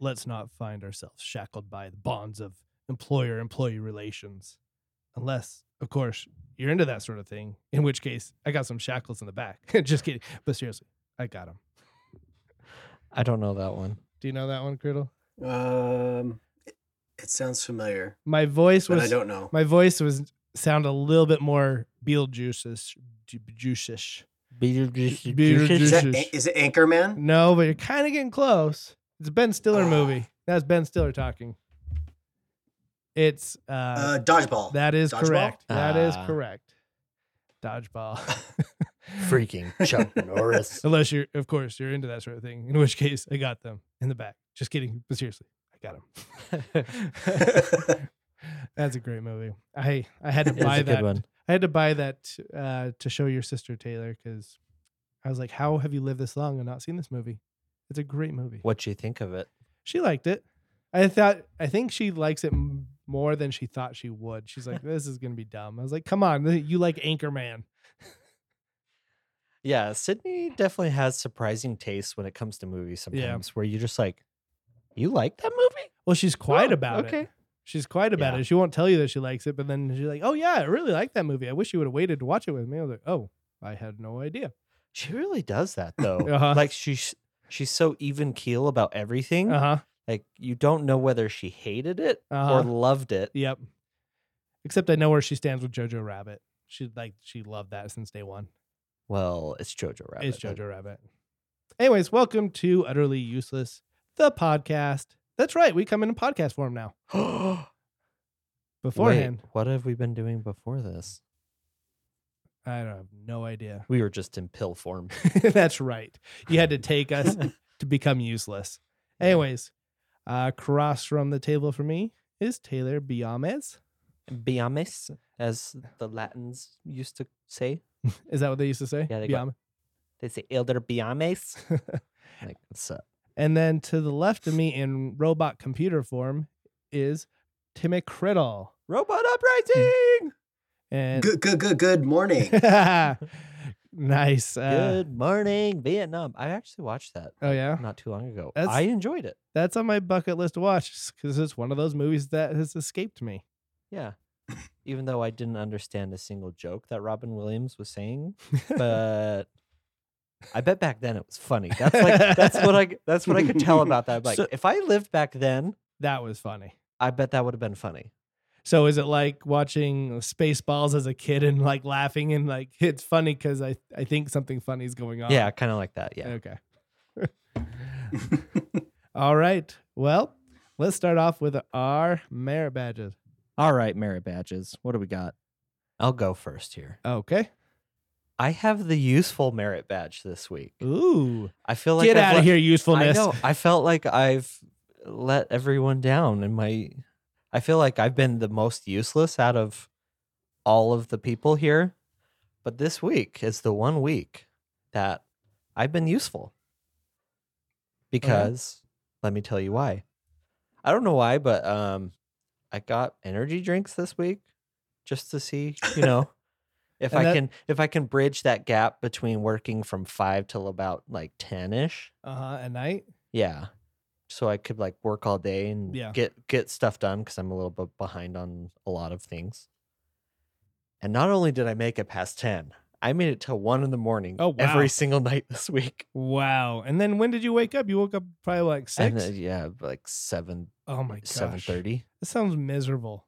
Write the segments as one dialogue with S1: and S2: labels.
S1: let's not find ourselves shackled by the bonds of employer employee relations. Unless, of course, you're into that sort of thing, in which case I got some shackles in the back. Just kidding. But seriously, I got them.
S2: I don't know that one.
S1: Do you know that one, Criddle?
S3: Um, it, it sounds familiar,
S1: My voice
S3: but I
S1: was
S3: don't know.
S1: my voice was sound a little bit more Beetlejuice-ish. Juice-ish.
S3: Is, that,
S1: Jesus.
S3: is it Anchorman?
S1: No, but you're kind of getting close. It's a Ben
S3: Ah.
S1: Stiller movie. That's Ben Stiller talking. It's uh,
S3: Uh, dodgeball.
S1: that is
S3: Dodgeball?
S1: correct. That is
S2: Ah.
S1: correct. Dodgeball.
S2: Freaking Chuck Norris.
S1: Unless you're, of course, you're into that sort of thing. In which case, I got them in the back. Just kidding, but seriously, I got them. That's a great movie. I I had to
S2: It's
S1: buy
S2: a
S1: that.
S2: good one.
S1: I had to buy that uh, to show your sister Taylor because I was like, "How have you lived this long and not seen this movie? It's a great movie."
S2: What you think of it?
S1: She liked it. I thought. I think she likes it m- more than she thought she would. She's like, "This is gonna be dumb." I was like, "Come on, th- you like Anchorman."
S2: Yeah, Sydney definitely has surprising taste when it comes to movies sometimes where you're just like, you like that movie?
S1: Well, she's quiet
S2: Oh,
S1: about
S2: okay.
S1: it. She's quiet about
S2: Yeah.
S1: it. She won't tell you that she likes it, but then she's like, "Oh yeah, I really like that movie. I wish you would have waited to watch it with me." I was like, "Oh, I had no idea."
S2: She really does that though.
S1: Uh-huh.
S2: Oh, Like she's she's so even keel about everything.
S1: Uh huh.
S2: Like you don't know whether she hated it
S1: Uh-huh.
S2: or loved it.
S1: Yep. Except I know where she stands with Jojo Rabbit. She like she loved that since day one.
S2: Well, it's Jojo Rabbit.
S1: It's Jojo Rabbit. Anyways, welcome to Utterly Useless, the podcast. That's right, we come in a podcast form now.
S2: Rabbit.
S1: Beforehand,
S2: what have we been doing before this?
S1: I don't have no idea.
S2: We were just in pill form.
S1: That's right. You had to take us to become useless. Anyways, uh, across from the table for me is Taylor Biames.
S2: Biames, as the Latins used to say.
S1: Is that what they used to say?
S2: Yeah, they go-
S1: Biames.
S2: They say elder biames. like, what's up?
S1: And then to the left of me in robot computer form is Timmy Criddle.
S2: Robot uprising.
S1: And
S3: Good, good, good, good morning.
S1: nice. Uh,
S2: Good morning, Vietnam. I actually watched that
S1: oh yeah.
S2: not too long ago.
S1: That's-
S2: I enjoyed it.
S1: That's on my bucket list to watch because it's one of those movies that has escaped me.
S2: Yeah. Even though I didn't understand a single joke that Robin Williams was saying, but I bet back then it was funny. That's like that's what I that's what I could tell about that. Like
S1: So-
S2: if I lived back then,
S1: That was funny.
S2: I bet that would have been funny.
S1: So is it like watching Spaceballs as a kid and like laughing and like it's funny because I I think something funny is going on.
S4: Uh.
S2: Yeah, kind of like that. Yeah.
S1: Okay. All right. Well, let's start off with our merit badges.
S4: All right, merit badges. What do we got?
S2: I'll go first here.
S1: Okay.
S2: I have the useful merit badge this week.
S1: Ooh.
S2: I feel like
S1: Get
S2: I've
S1: out of
S2: let-
S1: here,
S2: I
S1: usefulness.
S2: know. I felt like I've let everyone down in my I feel like I've been the most useless out of all of the people here. But this week is the one week that I've been
S1: Oh,
S2: useful. Because let me tell you why. I don't know why, but um I got energy drinks this week just to see, you know, if
S1: And
S2: I
S1: that-
S2: can if I can bridge that gap between working from 5 till about like 10ish.
S1: Uh huh. At night.
S2: Yeah. So I could like work all day and
S1: Yeah.
S2: get get stuff done because I'm a little bit behind on a lot of things. And not only did I make it past ten, I made it till one in the morning
S1: Oh, wow.
S2: every single night this week.
S1: Wow. And then when did you wake up? You woke up probably like six.
S2: And uh, yeah, like seven
S1: oh my gosh.
S2: seven thirty.
S1: That sounds miserable.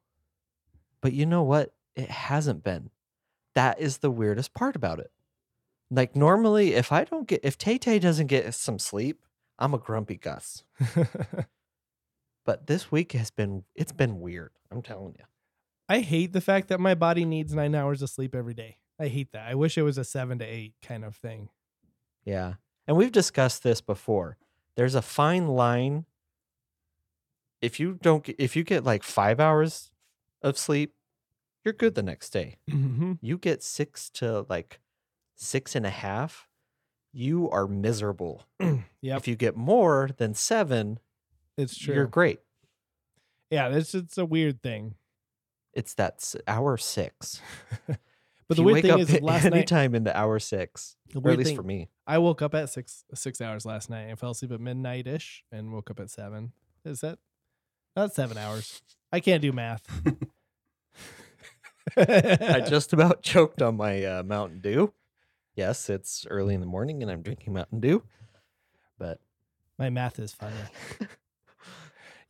S2: But you know what? It hasn't been. That is the weirdest part about it. Like normally, if I don't get if Tay Tay doesn't get some sleep, I'm a grumpy Gus. But this week has been it's been weird. I'm telling you.
S1: I hate the fact that my body needs nine hours of sleep every day. I hate that. I wish it was a seven to eight kind of thing.
S2: Yeah. And we've discussed this before. There's a fine line. If you don't get, if you get like 5 hours of sleep, you're good the next day.
S1: Mm-hmm.
S2: You get 6 to like six and a half, you are miserable.
S1: Yep,
S2: If you get more than 7,
S1: it's true.
S2: you're great.
S1: yeah, it's it's a weird thing.
S2: It's that s- hour 6.
S1: But
S2: If
S1: the
S2: you
S1: weird
S2: wake
S1: thing
S2: up
S1: is that last night
S2: anytime in the hour 6,
S1: the
S2: or
S1: weird
S2: at least
S1: thing-
S2: for me.
S1: I woke up at six six hours last night and fell asleep at midnight ish and woke up at seven. Is that not seven hours? I can't do math. I
S2: I just about choked on my uh, Mountain Dew. Yes, it's early in the morning and I'm drinking Mountain Dew, but
S1: my math is funny.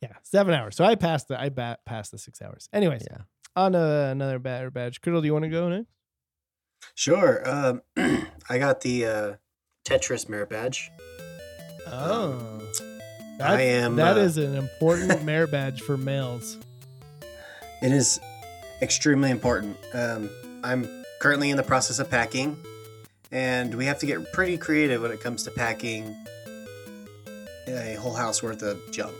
S1: yeah, seven hours. So I passed the I ba- passed the six hours. Anyways,
S2: yeah.
S1: on uh, another batter badge. Criddle, do you want to go next?
S3: Sure. Um, I got the uh, Tetris merit badge. Oh.
S1: That's-
S3: I am.
S1: that
S3: uh,
S1: is an important merit badge for males.
S3: It is extremely important. Um, I'm currently in the process of packing, and we have to get pretty creative when it comes to packing a whole house worth of junk.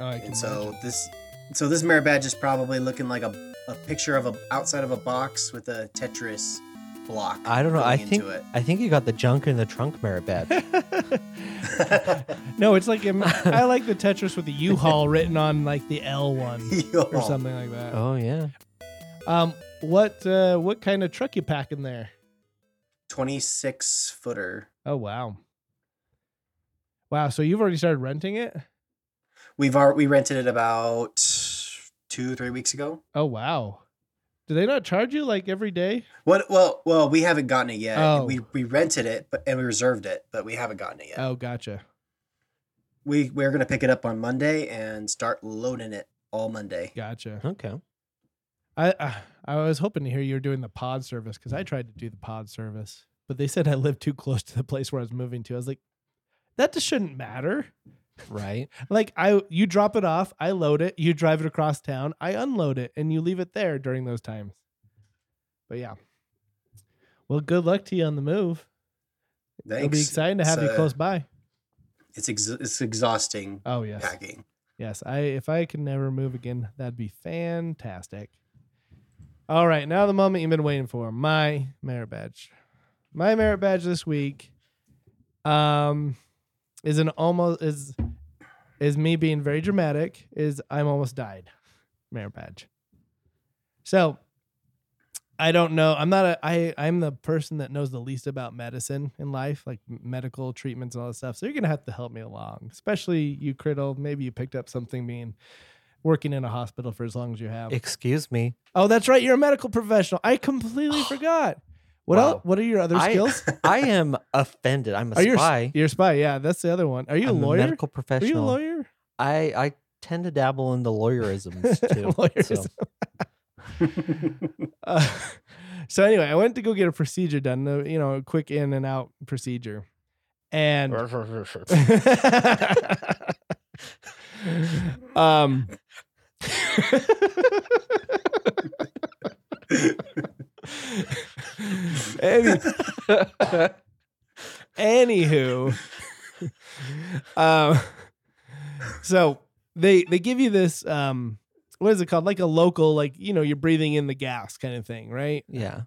S1: Oh, I can
S3: And so
S1: imagine.
S3: this, so this merit badge is probably looking like a, a picture of a outside of a box with a Tetris block.
S2: I don't know.
S3: going
S2: I
S3: into
S2: think
S3: it.
S2: I think you got the junk in the trunk merit badge.
S1: no, it's like im- I like the Tetris with the U-Haul written on like the L one or
S3: Y'all.
S1: something like that.
S2: oh yeah,
S1: Um, what uh, what kind of truck you packing there?
S3: 26 footer.
S1: Oh wow, wow. So you've already started renting it?
S3: We've already we rented it about two three weeks ago.
S1: Oh wow. Do they not charge you like every day?
S3: What? Well, well, we haven't gotten it yet.
S1: Oh.
S3: We we rented it, but and we reserved it, but we haven't gotten it yet.
S1: Oh, gotcha.
S3: We we're gonna pick it up on Monday and start loading it all Monday.
S1: Gotcha.
S2: okay.
S1: Oh. I uh, I was hoping to hear you were doing the pod service because I tried to do the pod service, but they said I lived too close to the place where I was moving to. I was like, that just shouldn't matter.
S2: Right.
S1: Like I, you drop it off, I load it, you drive it across town, I unload it, and you leave it there during those times. But yeah, well, good luck to you on the move. It'll be
S3: Thanks.
S1: exciting to have you
S3: So-
S1: close by.
S3: It's ex- it's exhausting
S1: Oh yes,
S3: packing.
S1: Yes, I if I can never move again, that'd be fantastic. All right, now the moment you've been waiting for, my merit badge. My merit badge this week um is an almost is is me being very dramatic is I'm almost died merit badge. So I don't know. I'm not a I I'm the person that knows the least about medicine in life, like m- medical treatments and all that stuff. So you're gonna have to help me along, especially you, Criddle. Maybe you picked up something being working in a hospital for as long as you have.
S2: Excuse me.
S1: oh, that's right. You're a medical professional. I completely forgot. What
S2: Wow.
S1: else? What are your other
S2: I-
S1: skills?
S2: I am offended. I'm a
S1: Are you a s-
S2: spy.
S1: You're a spy. Yeah, that's the other one. Are you
S2: I'm
S1: a lawyer?
S2: medical
S1: are
S2: professional.
S1: you a lawyer?
S2: I I tend to dabble in the lawyerisms too.
S1: Lawyers. Uh, so anyway, I went to go get a procedure done, uh, you know, a quick in and out procedure. And um any, anywho um so they they give you this um what is it called like a local like you know you're breathing in the gas kind of thing right
S2: yeah.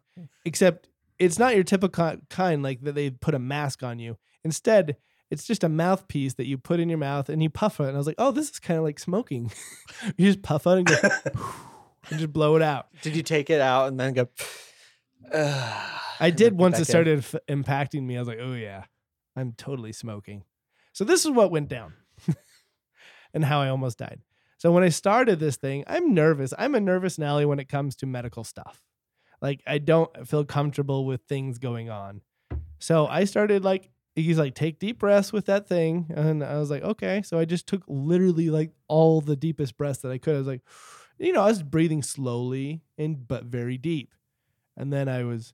S1: except it's not your typical kind like that they put a mask on you instead it's just a mouthpiece that you put in your mouth and you puff it and i was like oh this is kind of like smoking you just puff out and go and just blow it out
S2: Did you take it out and then go?
S1: i
S2: and
S1: did
S2: then put
S1: once
S2: back
S1: it
S2: in?
S1: started f- impacting me i was like oh yeah i'm totally smoking so this is what went down and how i almost died so when i started this thing i'm nervous i'm a nervous nally when it comes to medical stuff like i don't feel comfortable with things going on So I started like he's like take deep breaths with that thing, and I was like okay. So I just took literally like all the deepest breaths that I could. I was like, you know, I was breathing slowly and but very deep, and then I was.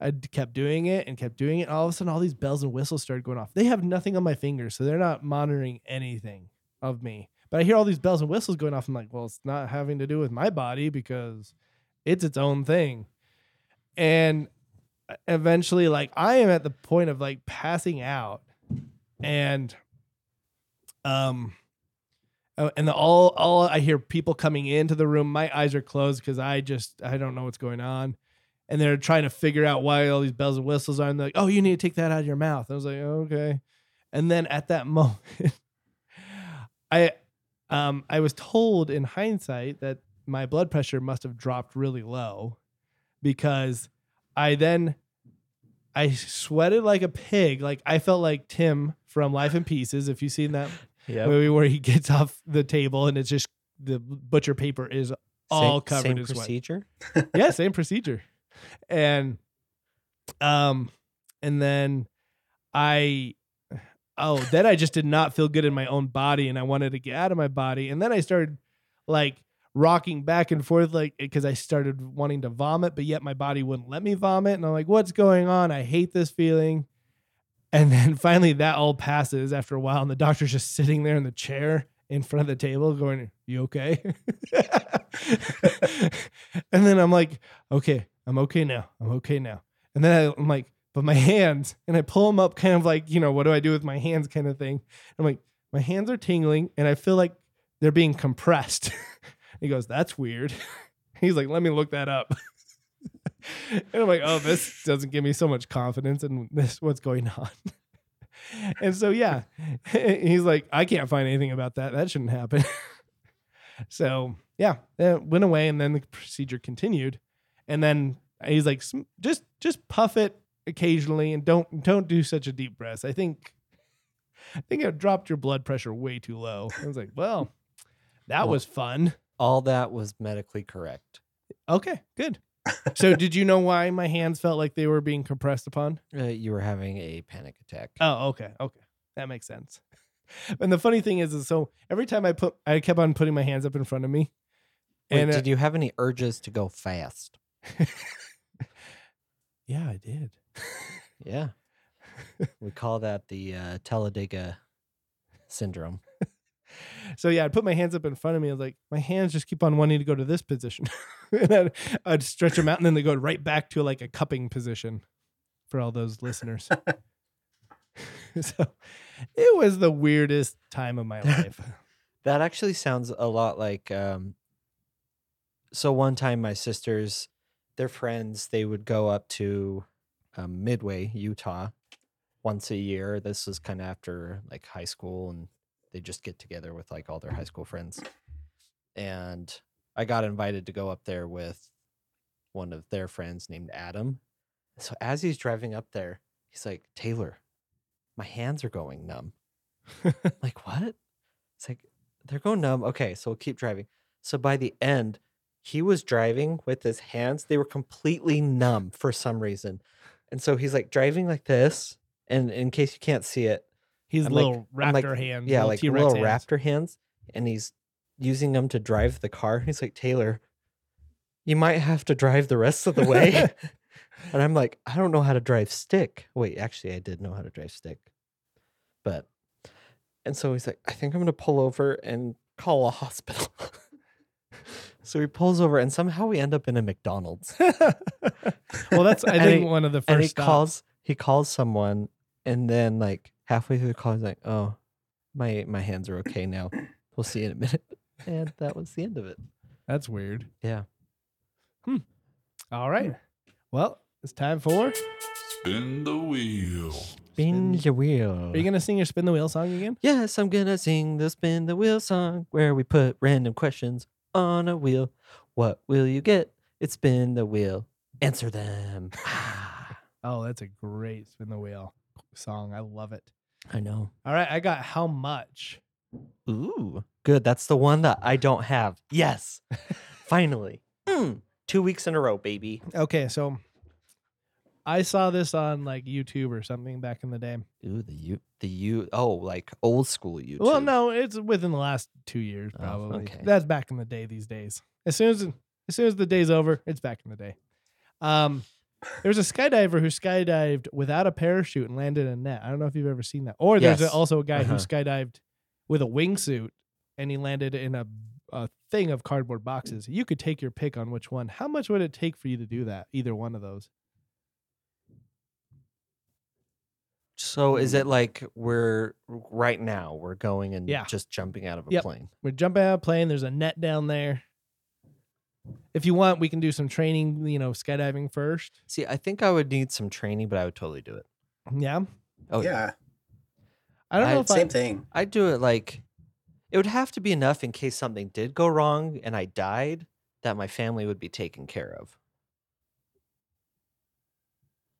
S1: I d- kept doing it and kept doing it. All of a sudden, all these bells and whistles started going off. They have nothing on my fingers, so they're not monitoring anything of me. But I hear all these bells and whistles going off. I'm like, well, it's not having to do with my body because it's its own thing. And uh, eventually like I am at the point of like passing out and um oh, and the, all all I hear people coming into the room my eyes are closed cuz I just I don't know what's going on and they're trying to figure out why all these bells and whistles are and they're like oh you need to take that out of your mouth I was like okay and then at that moment I um I was told in hindsight that my blood pressure must have dropped really low because I then I sweated like a pig. Like I felt like Tim from Life in Pieces. If you've seen that
S2: Yep.
S1: where, where he gets off the table and it's just the butcher paper is all covered
S2: same
S1: in sweat.
S2: procedure.
S1: yeah, same procedure. And um and then I oh, then I just did not feel good in my own body and I wanted to get out of my body and then I started like rocking back and forth like cuz I started wanting to vomit but yet my body wouldn't let me vomit and I'm like what's going on? I hate this feeling. And then finally that all passes after a while and the doctor's just sitting there in the chair in front of the table going, "You okay?" and then I'm like, okay, I'm okay now. I'm okay now. And then I, I'm like, but my hands, and I pull them up, kind of like, you know, what do I do with my hands kind of thing. I'm like, my hands are tingling and I feel like they're being compressed. he goes, that's weird. He's like, let me look that up. and I'm like, oh, this doesn't give me so much confidence in this, what's going on. and so, yeah, he's like, I can't find anything about that. That shouldn't happen. so, yeah, it went away and then the procedure continued. And then he's like, "Sm- just, just puff it occasionally and don't, don't do such a deep breath. I think, I think it dropped your blood pressure way too low. I was like, well, that was fun.
S2: All that was medically correct.
S1: Okay, good. so did you know why my hands felt like they were being compressed upon?
S2: Uh, you were having a panic attack.
S1: Oh, okay, okay, that makes sense. And the funny thing is, is so every time I put, I kept on putting my hands up in front of me,
S2: Wait,
S1: and uh,
S2: did you have any urges to go fast?
S1: yeah, I did.
S2: Yeah. we call that the uh, Talladega syndrome.
S1: So yeah, I'd put my hands up in front of me. I was like, my hands just keep on wanting to go to this position, and I'd, I'd stretch them out, and then they go right back to like a cupping position for all those listeners. so it was the weirdest time of my life.
S2: That actually sounds a lot like. Um, so one time, my sisters, their friends, they would go up to um, Midway, Utah, once a year. This was kind of after like high school, and they just get together with like all their high school friends. And I got invited to go up there with one of their friends named Adam. So as he's driving up there, he's like, "Taylor, my hands are going numb." like what? It's like they're going numb. Okay, so we'll keep driving. So by the end, he was driving with his hands. They were completely numb for some reason. And so he's like driving like this. And in case you can't see it,
S1: He's
S2: I'm like-
S1: little
S2: I'm like-
S1: raptor hands,
S2: Yeah,
S1: little
S2: like
S1: T-Rex
S2: little
S1: hands.
S2: raptor hands. And he's using them to drive the car. He's like, Taylor, you might have to drive the rest of the way. and I'm like, I don't know how to drive stick. Wait, actually, I did know how to drive stick. But, and so he's like, I think I'm going to pull over and call a hospital. so he pulls over and somehow we end up in a McDonald's.
S1: well, that's I
S2: And
S1: think
S2: he-
S1: one of the
S2: and he
S1: first stops.
S2: calls he calls someone and then like halfway through the call he's like oh my my hands are okay now we'll see you in a minute and that was the end of it
S1: That's weird.
S2: Yeah. Hmm.
S1: Hmm. All right. Well, it's time for.
S5: Spin the wheel.
S2: spin
S1: Spin-
S2: the wheel
S1: Are you gonna sing your spin the wheel song again?
S2: yes i'm gonna sing the spin the wheel song where we put random questions on a wheel what will you get it's spin the wheel answer them Ah,
S1: Oh, that's a great spin the wheel song. I love it.
S2: i know
S1: All right, I got how much.
S2: ooh good that's the one that i don't have yes finally Mm, two weeks in a row baby
S1: Okay, so I saw this on like YouTube or something back in the day.
S2: Ooh, the you the you oh like old school YouTube.
S1: Well, no, it's within the last two years,
S2: Oh,
S1: probably.
S2: okay.
S1: That's back in the day. These days, as soon as as soon as the day's over, it's back in the day. Um, there's a skydiver who skydived without a parachute and landed in a net. I don't know if you've ever seen that. Or there's a-
S2: Yes.
S1: also a guy who
S2: Uh-huh.
S1: skydived with a wingsuit and he landed in a a thing of cardboard boxes. You could take your pick on which one. How much would it take for you to do that? Either one of those.
S2: So is it like we're right now we're going and
S1: Yeah.
S2: just jumping out of a
S1: Yep.
S2: plane?
S1: We're jumping out of a plane. There's a net down there. If you want, we can do some training. You know, skydiving first.
S2: See, I think I would need some training, but I would totally do it.
S1: Yeah.
S2: Oh yeah.
S3: yeah,
S1: I don't
S2: I-
S1: know if I,
S3: same thing.
S2: I'd do it like it would have to be enough in case something did go wrong and I died that my family would be taken care of.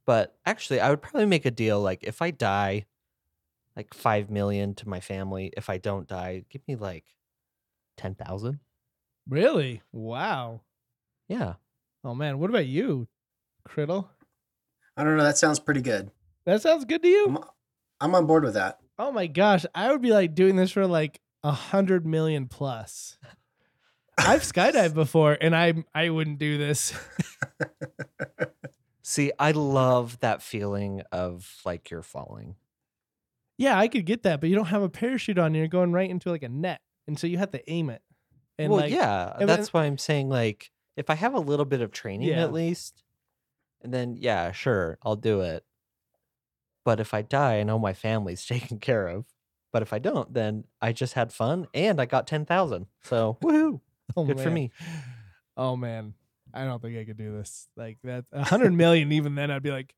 S2: But actually, I would probably make a deal like if I die, like five million to my family if I don't die. Give me like ten thousand.
S1: Really? Wow.
S2: Yeah.
S1: Oh man, what about you, Criddle?
S3: I don't know. That sounds pretty good.
S1: That sounds good to you.
S2: Mm-hmm.
S3: I'm, I'm on board with that.
S1: Oh my gosh, I would be like doing this for like a hundred million plus. I've skydived before, and I I wouldn't do this.
S2: See, I love that feeling of like you're falling.
S1: Yeah, I could get that, but you don't have a parachute on. You're going right into like a net, and so you have to aim it. And
S2: well,
S1: like,
S2: yeah,
S1: and
S2: that's
S1: then-
S2: why I'm saying like if I have a little bit of training
S1: Yeah.
S2: at least, and then yeah, sure, I'll do it. But if I die, I know my family's taken care of. But if I don't, then I just had fun and I got ten thousand. So woohoo!
S1: oh,
S2: Good for
S1: man.
S2: me.
S1: Oh man, I don't think I could do this. Like that, a hundred million. Even then, I'd be like,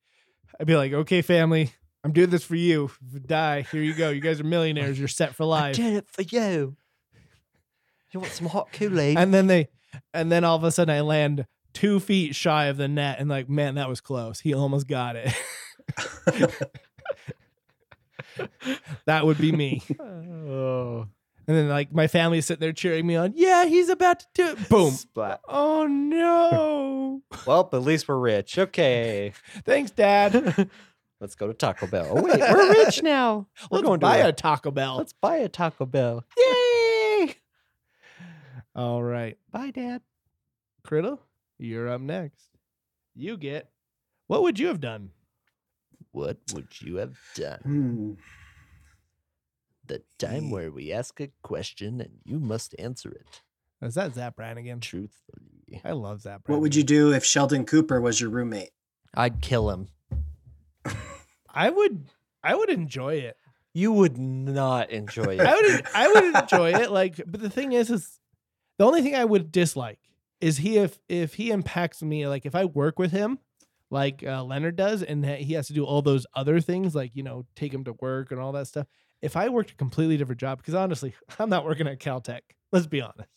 S1: I'd be like, okay, family, I'm doing this for you. If you die, here you go. You guys are millionaires. You're set for
S2: I
S1: life.
S2: did it for you. You want some hot Kool Aid?
S1: And then they, and then all of a sudden, I land two feet shy of the net, and like, man, that was close. He almost got it. that would be me.
S2: oh,
S1: And then like my family's sitting there cheering me on. Yeah, he's about to do it. Boom.
S2: Splat.
S1: Oh no.
S2: Well, at least we're rich. Okay,
S1: Thanks, Dad.
S2: let's go to Taco Bell. Oh wait, we're rich now. We're
S1: Let's
S2: going to
S1: buy
S2: a-
S1: a Taco Bell.
S2: Let's buy a Taco Bell. Yay!
S1: All right.
S2: Bye, Dad.
S1: Criddle, you're up next. You get what would you have done?
S2: What would you have done?
S3: Hmm.
S2: The
S3: Ye-
S2: time where we ask a question and you must answer it
S1: Is that Zap Brannigan?
S2: truthfully.
S1: I love Zap Brannigan.
S3: What would you do if Sheldon Cooper was your roommate?
S2: I'd kill him.
S1: I would I would enjoy it.
S2: You would not enjoy
S1: I
S2: it.
S1: would I would enjoy it. Like, but the thing is, is the only thing I would dislike is he if if he impacts me. Like, if I work with him, like uh, Leonard does, and that he has to do all those other things, like you know, take him to work and all that stuff. If I worked a completely different job, because honestly, I'm not working at Caltech. Let's be honest.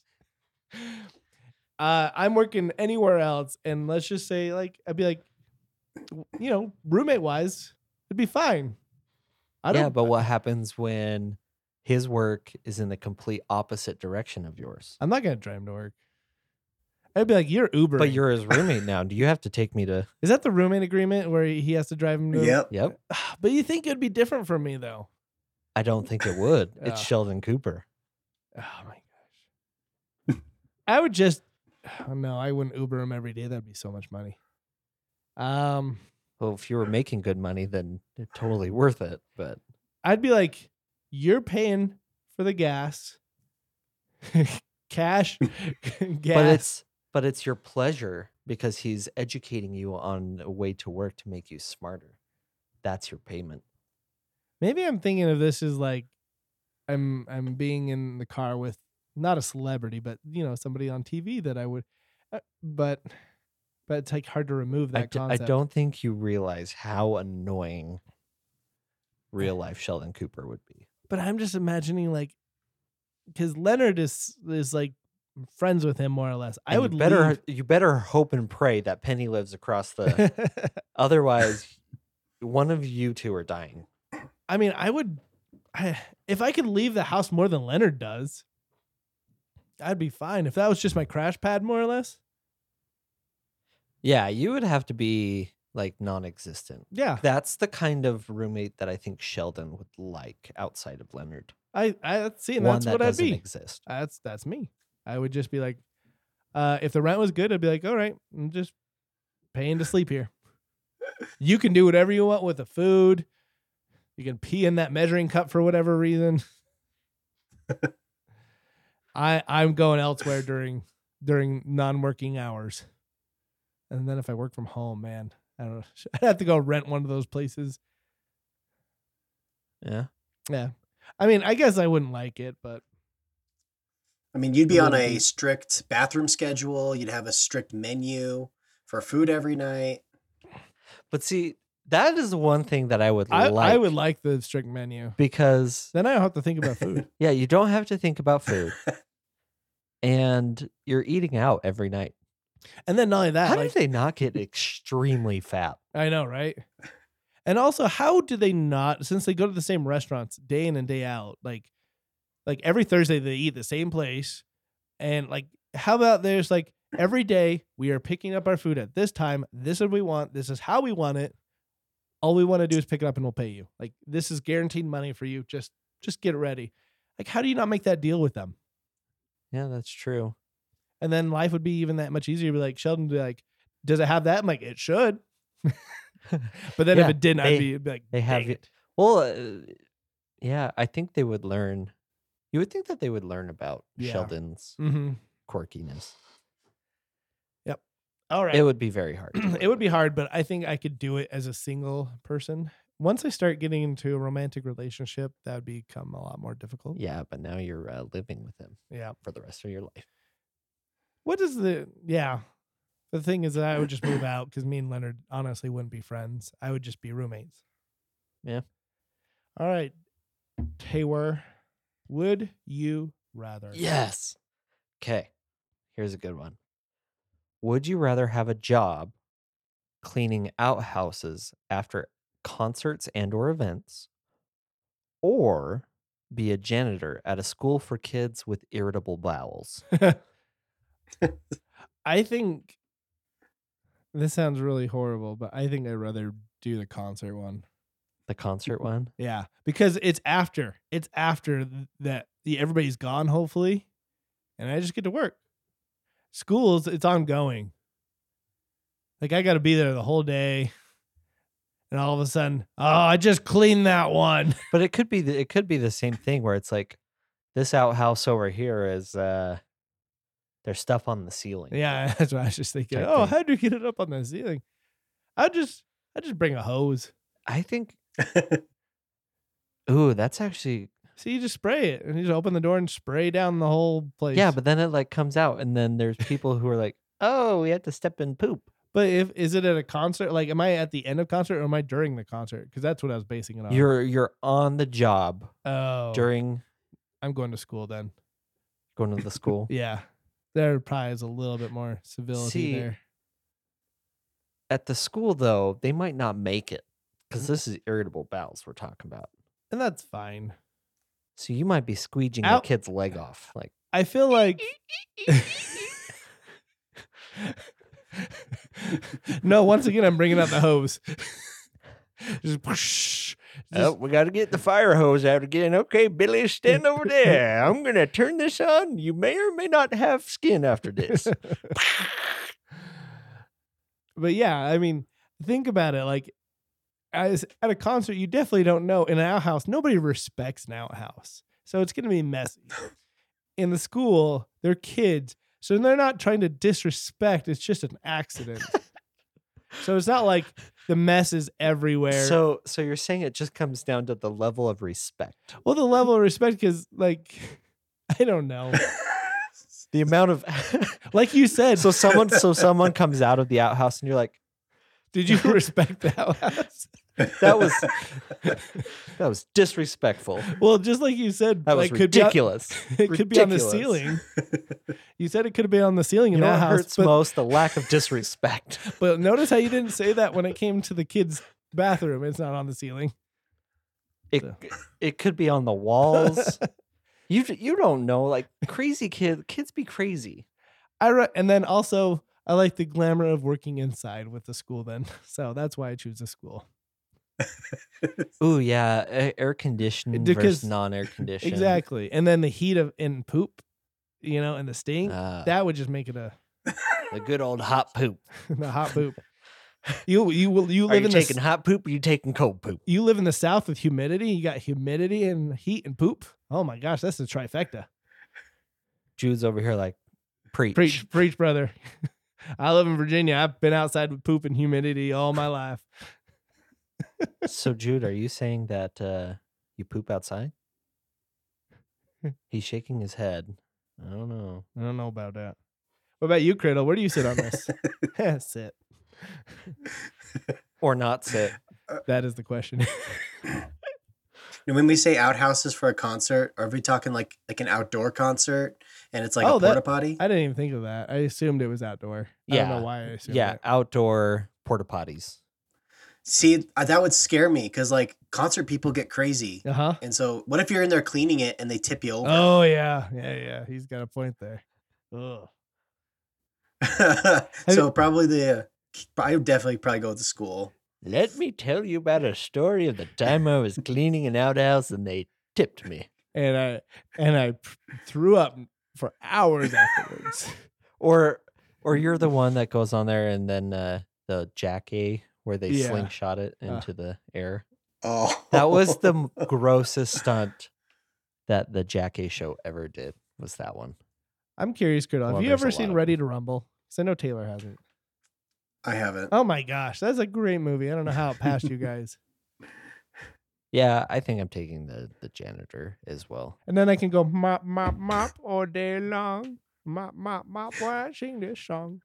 S1: Uh, I'm working anywhere else, and let's just say, like, I'd be like, you know, roommate wise, it'd be fine. I don't.
S2: yeah, but what happens when his work is in the complete opposite direction of yours?
S1: I'm not gonna drive him to work. I'd be like, "You're Uber."
S2: But you're his roommate now. Do you have to take me to?
S1: is that the roommate agreement where he has to drive him? To- Ah,
S3: Yep.
S2: Yep.
S1: But you think it'd be different for me though?
S2: I don't think it would.
S1: Yeah.
S2: It's Sheldon Cooper.
S1: Oh my gosh. I would just. Oh, no, I wouldn't Uber him every day. That'd be so much money. Um,
S2: Well, if you were making good money, then it's totally worth it. But
S1: I'd be like, "You're paying for the gas, cash, gas."
S2: but it's but it's your pleasure because he's educating you on a way to work to make you smarter that's your payment
S1: Maybe I'm thinking of this as like I'm I'm being in the car with not a celebrity, but you know somebody on TV that I would, uh, but but it's like hard to remove
S2: I
S1: that
S2: d- I
S1: concept.
S2: don't think you realize how annoying real life sheldon cooper would be
S1: But I'm just imagining like because Leonard is is like friends with him more or less. I
S2: And
S1: would
S2: you better
S1: leave-
S2: you better hope and pray that penny lives across the otherwise one of you two are dying
S1: I mean, I would I, if I could leave the house more than Leonard does. I'd be fine if that was just my crash pad, more or less.
S2: yeah you would have to be like non-existent
S1: Yeah,
S2: that's the kind of roommate that i think sheldon would like outside of leonard
S1: I I see, and
S2: one
S1: that's
S2: that
S1: what I'd
S2: doesn't
S1: be.
S2: exist
S1: that's that's me. I would just be like, uh, if the rent was good, I'd be like, all right, I'm just paying to sleep here. you can do whatever you want with the food. You can pee in that measuring cup for whatever reason. I I'm going elsewhere during during non-working hours. And then if I work from home, man, I don't know. I'd have to go rent one of those places.
S2: yeah
S1: Yeah. I mean, I guess I wouldn't like it, but
S3: I mean, you'd be on a strict bathroom schedule. You'd have a strict menu for food every night.
S2: But see, that is the one thing that I would
S1: I,
S2: like.
S1: I would like the strict menu.
S2: because
S1: Then I don't have to think about food.
S2: yeah, you don't have to think about food, and you're eating out every night.
S1: and then not only that,
S2: How
S1: like,
S2: do they not get extremely fat?
S1: I know, right? And also, how do they not since they go to the same restaurants day in and day out, like like every Thursday they eat the same place and like how about there's like every day we are picking up our food at this time, this is what we want, this is how we want it. All we want to do is pick it up and we'll pay you. Like this is guaranteed money for you. Just just get it ready. Like how do you not make that deal with them?
S2: Yeah, that's true.
S1: And then life would be even that much easier. Be like Sheldon, would be like, does it have that? I'm like, it should. but then if
S2: Yeah,
S1: it didn't, I'd
S2: they-
S1: be, I'd be like,
S2: they have
S1: "Dang
S2: y-
S1: it.
S2: Well, uh, yeah, I think they would learn. You would think that they would learn about
S1: Yeah.
S2: Sheldon's
S1: Mm-hmm.
S2: quirkiness.
S1: All right.
S2: It would be very hard. to
S1: it
S2: learn
S1: would be
S2: that.
S1: hard, but I think I could do it as a single person. Once I start getting into a romantic relationship, that would become a lot more difficult.
S2: Yeah, but now you're uh, living with him
S1: Yeah.
S2: for the rest of your life.
S1: What is the yeah? The thing is that I would just move out because me and Leonard honestly wouldn't be friends. I would just be roommates.
S2: Yeah.
S1: All right, Taylor, would you rather?
S2: Yes. Okay. Here's a good one. Would you rather have a job cleaning outhouses after concerts and or events or be a janitor at a school for kids with irritable bowels?
S1: I think this sounds really horrible, but I think I'd rather do the concert one.
S2: The concert one?
S1: Yeah, because it's after. It's after th- that the, everybody's gone, hopefully, and I just get to work. Schools, it's ongoing. Like I got to be there the whole day, and all of a sudden, oh, I just cleaned that one.
S2: But it could be the, it could be the same thing where it's like this outhouse over here is uh there's stuff on the ceiling.
S1: yeah, that's what I was just thinking.
S2: Type
S1: Oh,
S2: thing.
S1: how'd you get it up on the ceiling? I just, I just bring a hose.
S2: I think ooh, that's actually
S1: See, you just spray it, and you just open the door and spray down the whole place.
S2: Yeah, but then it like comes out, and then there's people who are like, "Oh, we have to step in poop."
S1: but if is it at a concert? Like, am I at the end of concert or am I during the concert? Because that's what I was basing it on.
S2: You're you're on the job
S1: Uh. Oh,
S2: during
S1: I'm going to school then.
S2: going to the school.
S1: Yeah, there probably is a little bit more civility
S2: See,
S1: there.
S2: At the school, though, they might not make it
S1: Mm.
S2: because this is irritable bowels we're talking about.
S1: And that's fine.
S2: So you might be squeeging
S1: Out-
S2: the kid's leg off. Like,
S1: I feel like. no, once again, I'm bringing out the hose. Just whoosh.
S2: oh,
S1: Just-
S2: we got to get the fire hose out again. Okay, Billy, stand over there. I'm gonna turn this on. You may or may not have skin after this.
S1: but yeah, I mean, think about it. Like, as at a concert, you definitely don't know. In an outhouse, nobody respects an outhouse, so it's going to be messy. In the school, they're kids, so they're not trying to disrespect. It's just an accident. so it's not like the mess is everywhere.
S2: So, so you're saying it just comes down to the level of respect.
S1: well, the level of respect is like, I don't know.
S2: the amount of
S1: Like you said,
S2: so someone so someone comes out of the outhouse and you're like
S1: did you respect the outhouse?
S2: that was that was disrespectful
S1: Well, just like you said,
S2: that was
S1: like, could be on-
S2: ridiculous
S1: it could be on the
S2: Ridiculous.
S1: ceiling. You said it could have been on the ceiling
S2: you
S1: in
S2: know
S1: that
S2: what
S1: house.
S2: hurts
S1: But,
S2: most the lack of disrespect
S1: but notice how you didn't say that when it came to the kids' bathroom. It's not on the ceiling.
S2: it
S1: So.
S2: it could be on the walls you d- you don't know like crazy kid kids be crazy
S1: I re- and then also I like the glamour of working inside with the school. Then so that's why I choose the school.
S2: ooh yeah a- air conditioned
S1: Because-
S2: versus non-air conditioned
S1: Exactly. And then the heat of in poop, you know, and the stink
S2: Ah,
S1: that would just make it a,
S2: the good old hot poop
S1: a hot poop. You you will you
S2: are
S1: live
S2: you
S1: in the
S2: taking
S1: s-
S2: hot poop or you taking cold poop
S1: you live in the south with humidity. You got humidity and heat and poop. Oh my gosh, that's a trifecta.
S2: jude's over here like preach
S1: Preach, preach, brother. I live in Virginia. I've been outside with poop and humidity all my life.
S2: So Jude, are you saying that uh, you poop outside? He's shaking his head. I don't know.
S1: I don't know about that. What about you, Cradle? Where do you sit on this? sit.
S2: Or not sit.
S1: That is the question.
S3: And when we say outhouses for a concert, are we talking like like an outdoor concert and it's like
S1: Oh,
S3: a
S1: that-
S3: porta potty?
S1: I didn't even think of that. I assumed it was outdoor. I don't
S2: Yeah.
S1: know why I assumed
S2: Yeah,
S1: that.
S2: outdoor porta potties.
S3: See, uh, that would scare me because like concert people get crazy.
S1: Uh huh.
S3: And so, what if you're in there cleaning it and they tip you over?
S1: Oh yeah, yeah, yeah. He's got a point there. Ugh.
S3: so probably the uh, I would definitely probably go to school.
S2: Let me tell you about a story of the time I was cleaning an outhouse and they tipped me.
S1: And I and I p- threw up for hours afterwards.
S2: Or or you're the one that goes on there and then uh, the jackie where they
S1: Yeah.
S2: slingshot it
S1: Uh.
S2: into the air.
S3: Oh,
S2: That was the m- grossest stunt that the jackie show ever did. Was that one?
S1: I'm curious, Curdle.
S2: Well,
S1: have you
S2: there's a
S1: ever
S2: lot
S1: seen
S2: of
S1: Ready to Rumble? Because I know Taylor hasn't.
S3: I haven't.
S1: Oh my gosh, that's a great movie. I don't know how it passed you guys.
S2: Yeah, I think I'm taking the the janitor as well.
S1: And then I can go mop, mop, mop all day long. Mop, mop, mop, watching this song.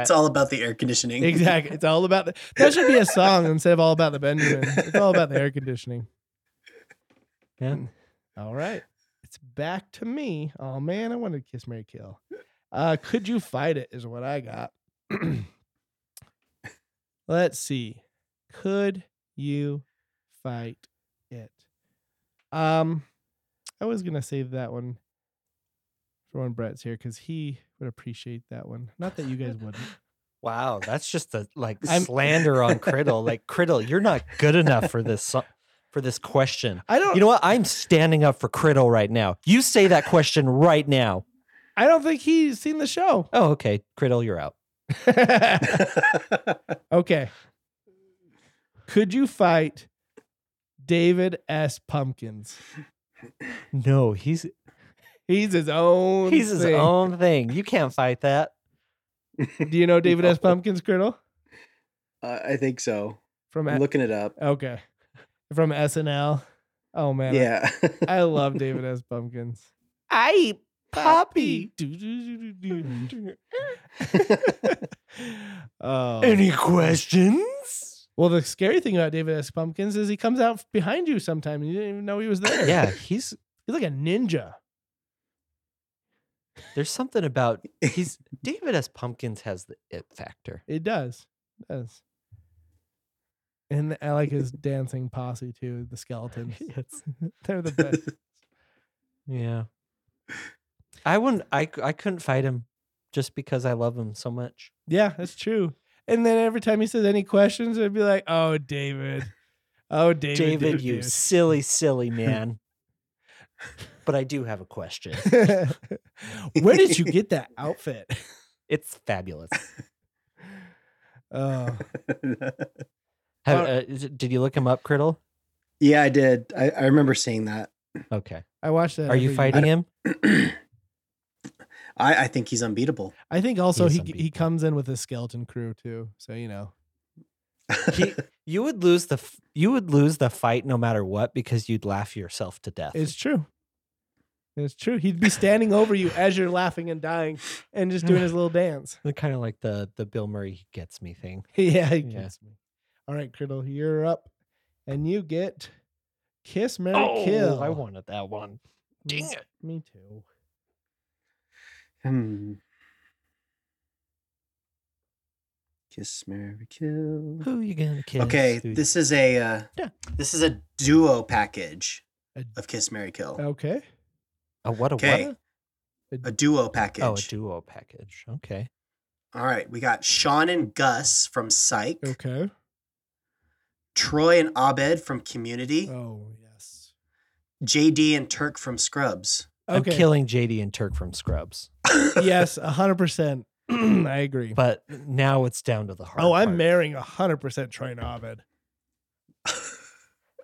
S3: it's all about the air conditioning.
S1: Exactly. It's all about the. That should be a song instead of all about the Benjamin. It's all about the air conditioning. Hmm.
S2: Yeah.
S1: All right. It's back to me. Oh man, I wanted to kiss Mary Kill. Uh, could you fight it? Is what I got. Let's see. Could you fight it? Um, I was gonna save that one for when Brett's here because he would appreciate that one. Not that you guys wouldn't.
S2: Wow, that's just a like
S1: I'm-
S2: slander on Criddle. Like Criddle, you're not good enough for this so- for this question.
S1: I don't.
S2: You know what? I'm standing up for Criddle right now. You say that question right now.
S1: I don't think he's seen the show.
S2: Oh, okay, Criddle, you're out.
S1: okay. Could you fight David S. Pumpkins?
S2: No, he's
S1: He's his own.
S2: he's his
S1: thing.
S2: own thing. You can't fight that.
S1: Do you know David S.
S3: No.
S1: Pumpkins, Criddle?
S3: Uh, I think so.
S1: From
S3: I'm
S1: a-
S3: looking it up.
S1: okay, from SNL. Oh man, I-
S3: Yeah.
S1: I, love David S. Pumpkins.
S2: I eat
S1: Poppy. Do-do-do-do-do. oh.
S2: Any questions?
S1: Well, the scary thing about David S. Pumpkins is he comes out behind you sometime and you didn't even know he was there.
S2: Yeah, he's
S1: he's like a ninja.
S2: there's something about he's David S. Pumpkins has the it factor.
S1: It does. It does. And I like his dancing posse too, the skeletons.
S2: Yes.
S1: They're the best.
S2: Yeah. I wouldn't I c- I couldn't fight him just because I love him so much.
S1: Yeah, that's true. And then every time he says any questions, it'd be like, "Oh, David, oh, David,
S2: David,
S1: David,
S2: you
S1: David."
S2: silly, silly man. but I do have a question.
S1: Where did you get that outfit?"
S2: It's fabulous.
S1: Oh,
S2: Have,
S1: Uh,
S2: uh, is it- did you look him up, Criddle?
S3: yeah, I did. I, I remember seeing that.
S2: Okay.
S1: I watched that.
S2: Are you
S1: every-
S2: fighting him?
S3: I I think he's unbeatable.
S1: I think also
S2: He's
S1: he he
S2: unbeatable.
S1: comes in with his skeleton crew too, so you know.
S2: He, you would lose the f- you would lose the fight no matter what because you'd laugh yourself to death.
S1: It's true. It's true. He'd be standing over you as you're laughing and dying and just doing his little dance.
S2: kind of like the the Bill Murray he gets me thing.
S1: yeah, he
S2: Yeah.
S1: gets me. All right, Criddle, you're up. And you get Kiss Mary Kill.
S2: Oh, I wanted that one. Dang it.
S1: Me too.
S3: Hmm. Kiss Mary Kill.
S2: Who you gonna kiss?
S3: Okay,
S2: Who you-
S3: this is a uh,
S2: Yeah.
S3: this is a duo package
S1: A-
S3: of Kiss Mary Kill.
S2: Oh.
S1: Okay.
S2: a what a
S3: Okay.
S2: what?
S3: A duo package.
S2: Oh, a duo package. Okay.
S3: All right, we got Sean and Gus from Psych,
S1: Okay.
S3: Troy and Abed from Community,
S1: Oh, yes.
S3: JD and Turk from Scrubs.
S2: I'm
S1: Okay.
S2: killing JD and Turk from Scrubs,
S1: yes, 100%. I agree.
S2: but now it's down to the heart.
S1: Oh, I'm marrying 100% Troy and Ovid.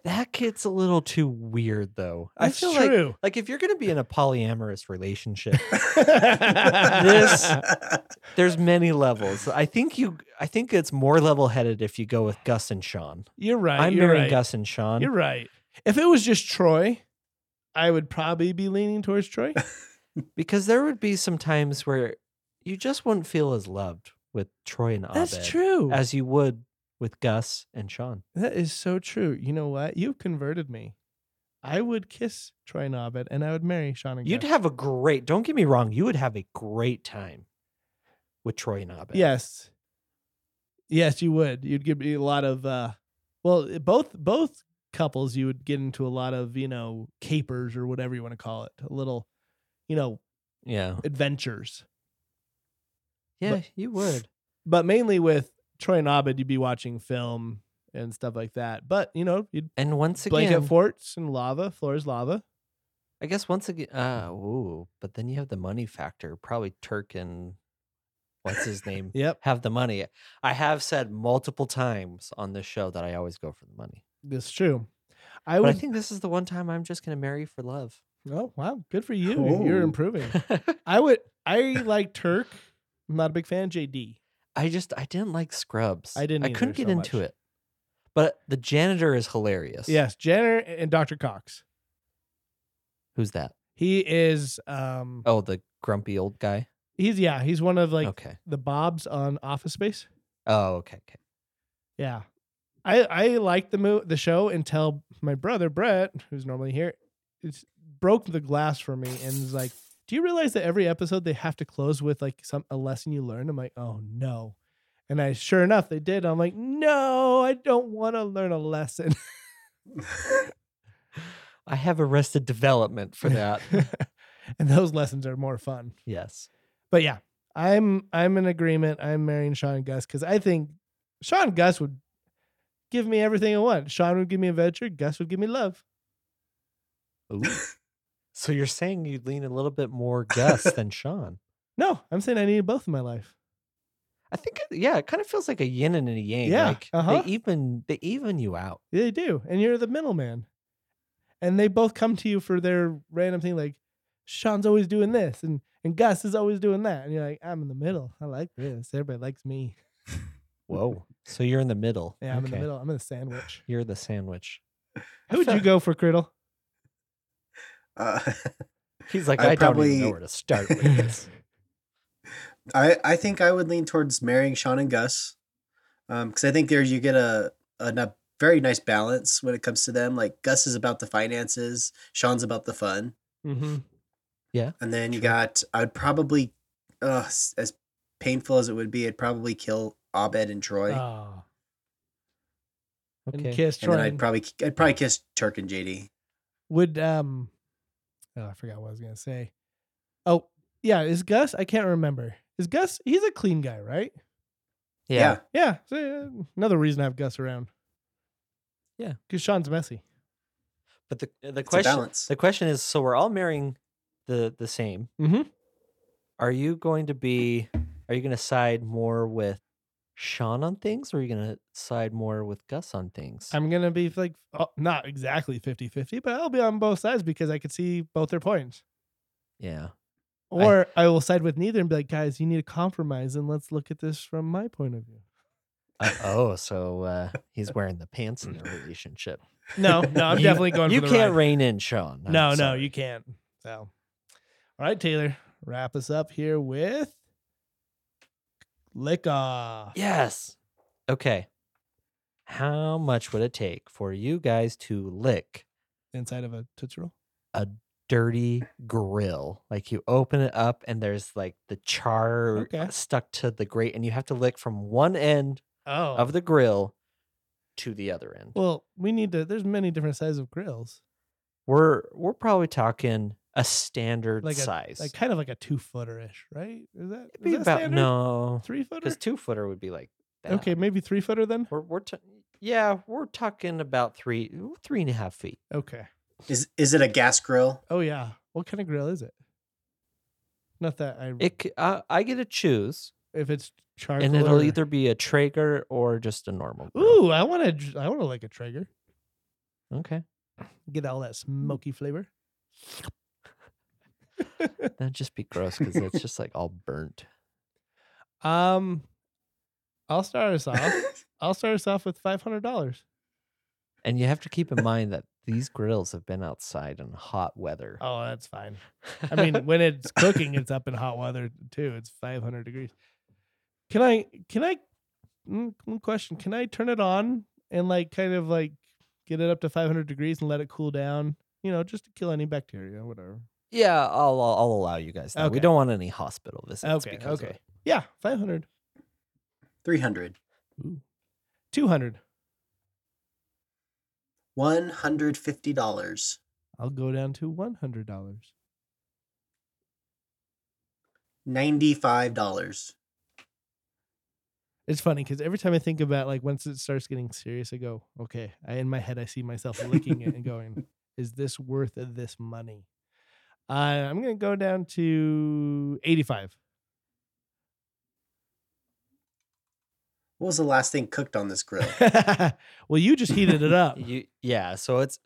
S2: That kid's a little too weird, though.
S1: That's
S2: I feel like
S1: true.
S2: like if you're gonna be in a polyamorous relationship,
S1: this.
S2: there's many levels. I think you. I think it's more level headed if you go with Gus and Sean.
S1: You're right.
S2: I'm
S1: Uh, you're
S2: marrying
S1: right.
S2: Gus and Sean.
S1: You're right. If it was just Troy, I would probably be leaning towards Troy.
S2: because there would be some times where you just wouldn't feel as loved with Troy and Abed
S1: true.
S2: as you would with Gus and Sean.
S1: that is so true. You know what? You've converted me. I would kiss Troy and Abed, and I would marry Sean and
S2: You'd
S1: Gus.
S2: have a great. Don't get me wrong. You would have a great time with Troy and Abed.
S1: yes. Yes, you would. You'd give me a lot of uh well, it- both both couples you would get into a lot of, you know, capers or whatever you want to call it. A little, you know,
S2: Yeah.
S1: adventures.
S2: Yeah, you would.
S1: But mainly with Troy and Abed, you'd be watching film and stuff like that. But, you know, you'd
S2: And once again,
S1: blanket forts and lava, floor is lava.
S2: I guess once again, uh, ooh, but then you have the money factor. Probably Turk and what's his name
S1: Yep.
S2: have the money. I have said multiple times on this show that I always go for the money.
S1: That's true. I
S2: but
S1: would
S2: I think this is the one time I'm just going to marry for love.
S1: Oh, wow. Good for you. You're
S3: Oh.
S1: improving. I would I like Turk. I'm not a big fan. JD.
S2: I just I didn't like Scrubs.
S1: I didn't
S2: I
S1: either
S2: couldn't get
S1: so
S2: into
S1: much.
S2: it. But the janitor is hilarious.
S1: Yes, Jenner and Dr. Cox.
S2: Who's that?
S1: He is um
S2: Oh, the grumpy old guy.
S1: he's yeah, he's one of like
S2: okay.
S1: the Bobs on Office Space.
S2: Oh, okay. okay.
S1: Yeah. I I liked the mo- the show until my brother Brett, who's normally here, it's broke the glass for me and was like, "Do you realize that every episode they have to close with like some a lesson you learned?" I'm like, "Oh no." And I sure enough they did. I'm like, "No, I don't want to learn a lesson."
S2: I have arrested development for that.
S1: and those lessons are more fun.
S2: yes.
S1: But yeah, I'm I'm in agreement. I'm marrying Sean and Gus because I think Sean and Gus would give me everything I want. Sean would give me adventure. Gus would give me love.
S2: Ooh. so you're saying you lean a little bit more Gus than Sean?
S1: No, I'm saying I need both in my life.
S2: I think it- yeah, it kind of feels like a yin and a yang.
S1: Yeah,
S2: Like
S1: uh-huh.
S2: they even they even you out.
S1: They do, and you're the middleman. And they both come to you for their random thing, like Sean's always doing this, and and Gus is always doing that, and you're like, I'm in the middle. I like this. Everybody likes me.
S2: Whoa. So you're in the middle.
S1: Yeah, I'm in the
S2: Okay.
S1: middle. I'm in the sandwich.
S2: You're the sandwich.
S1: Who would you
S3: felt-
S1: go for, Criddle?
S3: Uh,
S2: He's like, I,
S3: I
S2: don't even know
S3: probably-
S2: where to start with this.
S3: I I think I would lean towards marrying Sean and Gus, because I think there you get a a n- very nice balance when it comes to them. Like Gus is about the finances, Sean's about the fun.
S1: Mm-hmm.
S3: And then you got, I would probably, uh, s- as painful as it would be, I'd probably kill Abed and Troy.
S1: Oh.
S2: Okay.
S1: And kiss
S3: and
S1: Troy.
S3: then I'd probably, k- I'd probably kiss Turk and JD.
S1: Would um, oh, I forgot what I was gonna say. Oh yeah, is Gus? I can't remember. Is Gus? He's a clean guy, right?
S2: yeah.
S1: Yeah. So, yeah, another reason I have Gus around.
S2: Yeah.
S1: because Sean's messy.
S2: But the the
S3: It's a
S2: question
S3: balance.
S2: the question is so we're all marrying the the same.
S1: Mhm.
S2: Are you going to be are you going to side more with Sean on things or are you going to side more with Gus on things?
S1: I'm gonna be like oh, not exactly 50-50, but I'll be on both sides because I could see both their points.
S2: yeah.
S1: Or I, will side with neither and be like, guys, you need a compromise, and let's look at this from my point of view.
S2: Uh, oh, so uh, he's wearing the pants in the relationship.
S1: No, no, I'm
S2: You-
S1: definitely going.
S2: You
S1: for the
S2: can't
S1: ride.
S2: rein in Sean. I'm
S1: no, no,
S2: sorry.
S1: you can't. So, all right, Taylor, wrap us up here with lick off.
S2: Yes. Okay. How much would it take for you guys to lick
S1: inside of a tootsie roll.
S2: dirty grill? Like you open it up and there's like the char uh,
S1: Okay.
S2: stuck to the grate, and you have to lick from one end
S1: Oh,
S2: of the grill to the other end.
S1: well, we need to. There's many different sizes of grills,
S2: we're we're probably talking a standard
S1: Like a-
S2: size.
S1: like kind of like a two footer ish, right? Is that,
S2: It'd
S1: is
S2: be
S1: that
S2: about
S1: standard?
S2: no,
S1: three footer?
S2: because two footer would be like that.
S1: Okay, maybe three footer then.
S2: We're we're t- yeah, we're talking about three three and a half feet.
S1: Okay.
S3: Is is it a gas grill?
S1: Oh yeah. What kind of grill is it? Not that I.
S2: It c- I, I get to choose,
S1: if it's charcoal
S2: and it'll
S1: or-
S2: either be a Traeger or just a normal. grill.
S1: Ooh, I want to. I want to like a Traeger.
S2: okay,
S1: Get all that smoky flavor.
S2: that'd just be gross because it's just like all burnt.
S1: Um, I'll start us off. I'll start us off with five hundred dollars.
S2: And you have to keep in mind that these grills have been outside in hot weather.
S1: Oh, that's fine. I mean, when it's cooking, it's up in hot weather too. It's five hundred degrees. Can I? Can I? mm, One question: Can I turn it on and like kind of like get it up to five hundred degrees and let it cool down? You know, just to kill any bacteria, whatever.
S2: yeah, I'll I'll I'll allow you guys. That. We
S1: Okay.
S2: don't want any hospital visits.
S1: okay.
S2: because of
S1: Okay.
S2: it.
S1: Yeah, five hundred.
S3: 300.
S1: Ooh. 200.
S3: One hundred fifty dollars.
S1: I'll go down to $100.
S3: Ninety-five dollars.
S1: It's funny because every time I think about like once it starts getting serious, I go, okay. I, in my head, I see myself licking it and going, is this worth of this money? Uh, I'm gonna go down to 85.
S3: What was the last thing cooked on this grill?
S1: well, you just heated it up.
S2: You, yeah, so it's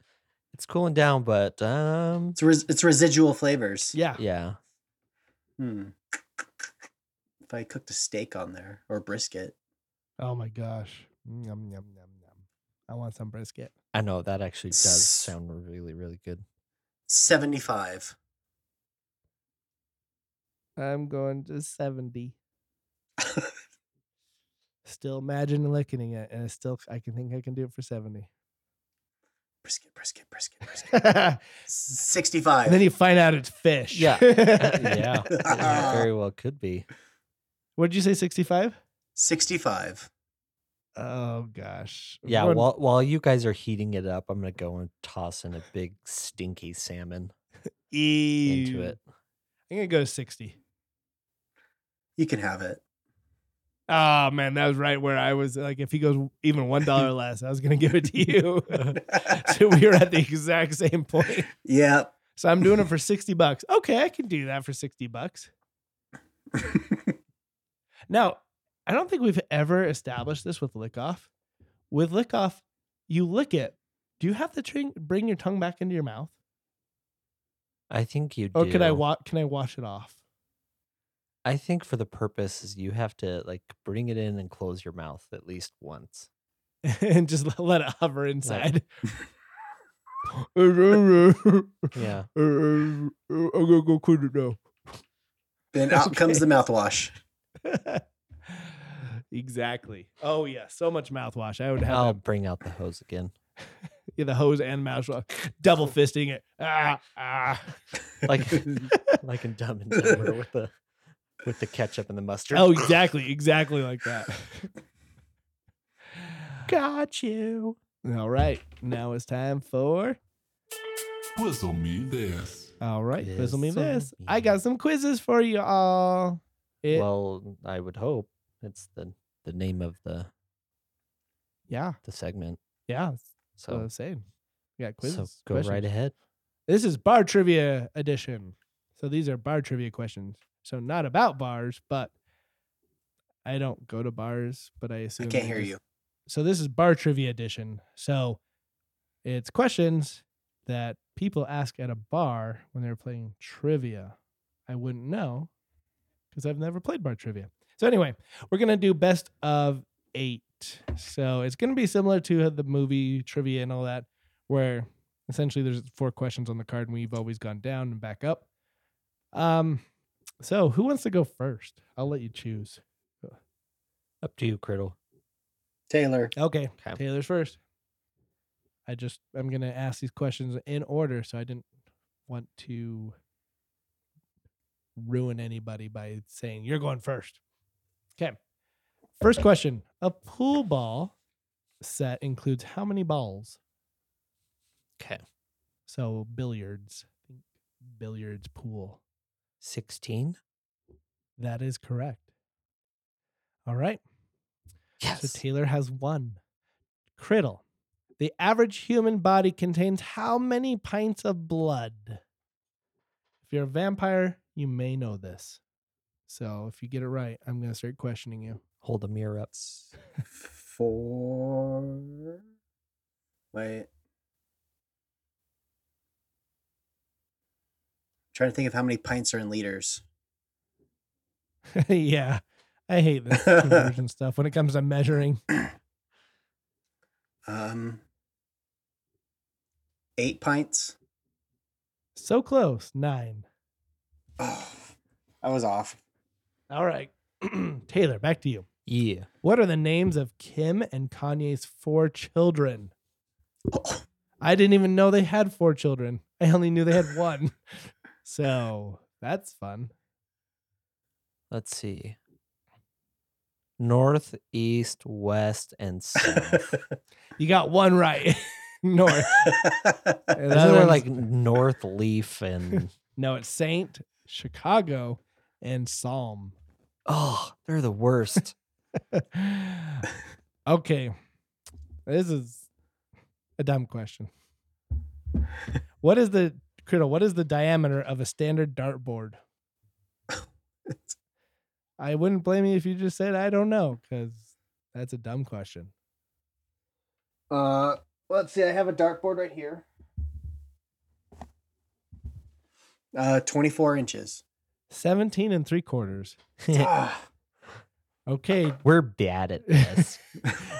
S2: it's cooling down, but um,
S3: It's, res- it's residual flavors.
S1: yeah.
S2: yeah,
S3: Hmm. If I cooked a steak on there or brisket,
S1: Oh my gosh. Yum yum yum yum. I want some brisket.
S2: I know that actually does
S3: S-
S2: sound really really good.
S3: seventy-five.
S1: I'm going to 70. still imagine licking it, and I still I can think I can do it for 70.
S3: Brisket, brisket, brisket, brisket.
S1: and
S3: Sixty-five.
S1: then you find out it's fish.
S2: Yeah.
S1: Uh,
S2: yeah, it very well could be.
S1: What did you say, 65?
S3: Sixty-five.
S1: Oh gosh.
S2: Yeah,
S1: One-
S2: while while you guys are heating it up, I'm gonna go and toss in a big stinky salmon into
S1: Ew.
S2: it.
S1: I'm gonna go to 60.
S3: You can have it.
S1: Oh man, that was right where I was like if he goes even one dollar less, I was gonna give it to you. so we were at the exact same point.
S3: yeah.
S1: So I'm doing it for 60 bucks. Okay, I can do that for 60 bucks. Now, I don't think we've ever established this with lick off. With lick off, you lick it. Do you have to tring- bring your tongue back into your mouth?
S2: I think you do.
S1: Or Oh, can I wa- can I wash it off?
S2: I think for the purpose is you have to like bring it in and close your mouth at least once.
S1: and just let- let it hover inside. yeah.
S2: Yeah.
S1: I'm gonna go clean it now.
S3: Then out comes
S1: Okay.
S3: the mouthwash.
S1: exactly. Oh yeah, so much mouthwash. I would have
S2: I'll
S1: that-
S2: bring out the hose again.
S1: yeah, the hose and mouthwash, double fisting it. Ah, ah.
S2: Like like in Dumb and Dumber with the with the ketchup and the mustard.
S1: Oh, exactly, exactly like that. Got you. All right, now it's time for.
S5: Whistle me this.
S1: All right, this will mean
S2: Quizzle
S1: this. I got
S2: me.
S1: some quizzes for you all. It,
S2: Well, I would hope it's the the name of the
S1: yeah,
S2: the segment.
S1: yeah. That's what
S2: So,
S1: I'm saying. We got
S2: so
S1: quizzes.
S2: go right
S1: questions.
S2: ahead.
S1: This is bar trivia edition. So these are bar trivia questions. So not about bars, but I don't go to bars, but I
S3: I
S1: assume
S3: can't
S1: they
S3: hear
S1: just-
S3: you.
S1: So this is bar trivia edition. So it's questions that people ask at a bar when they're playing trivia. I wouldn't know because I've never played bar trivia. So anyway, we're gonna do best of eight. So it's gonna be similar to the movie trivia and all that, where essentially there's four questions on the card and we've always gone down and back up. Um, so who wants to go first? I'll let you choose.
S2: Up to you, Criddle.
S3: Taylor.
S1: Okay.
S2: Okay.
S1: Taylor's first. I just I'm gonna ask these questions in order, so I didn't want to ruin anybody by saying you're going first. Okay. First question: A pool ball set includes how many balls?
S2: Okay.
S1: So billiards, billiards pool.
S2: 16?
S1: That is correct. All right.
S2: Yes.
S1: So Taylor has one. Criddle. The average human body contains how many pints of blood? If you're a vampire, you may know this. So if you get it right, I'm going to start questioning you.
S2: Hold the mirror up.
S3: Four. Wait. Trying to think of how many pints are in liters.
S1: yeah. I hate this conversion stuff when it comes to measuring.
S3: Um. Eight pints.
S1: So close. Nine.
S3: Oh, I was off.
S1: All right. Taylor, back to you.
S2: Yeah.
S1: What are the names of Kim and Kanye's four children? I didn't even know they had four children. I only knew they had one. so that's fun.
S2: Let's see. north, east, west, and south.
S1: You got one right. North. And the
S2: Isn't
S1: other
S2: there
S1: one's-
S2: like North Leaf and
S1: no, it's Saint, Chicago, and Psalm.
S2: oh, they're the worst.
S1: okay. This is a dumb question. What is the Criddle, what is the diameter of a standard dartboard? I wouldn't blame you if you just said I don't know, because that's a dumb question.
S3: uh, let's see. I have a dartboard right here. Uh, 24 inches.
S1: 17 and three quarters.
S3: Ah.
S1: Okay.
S2: We're bad at this.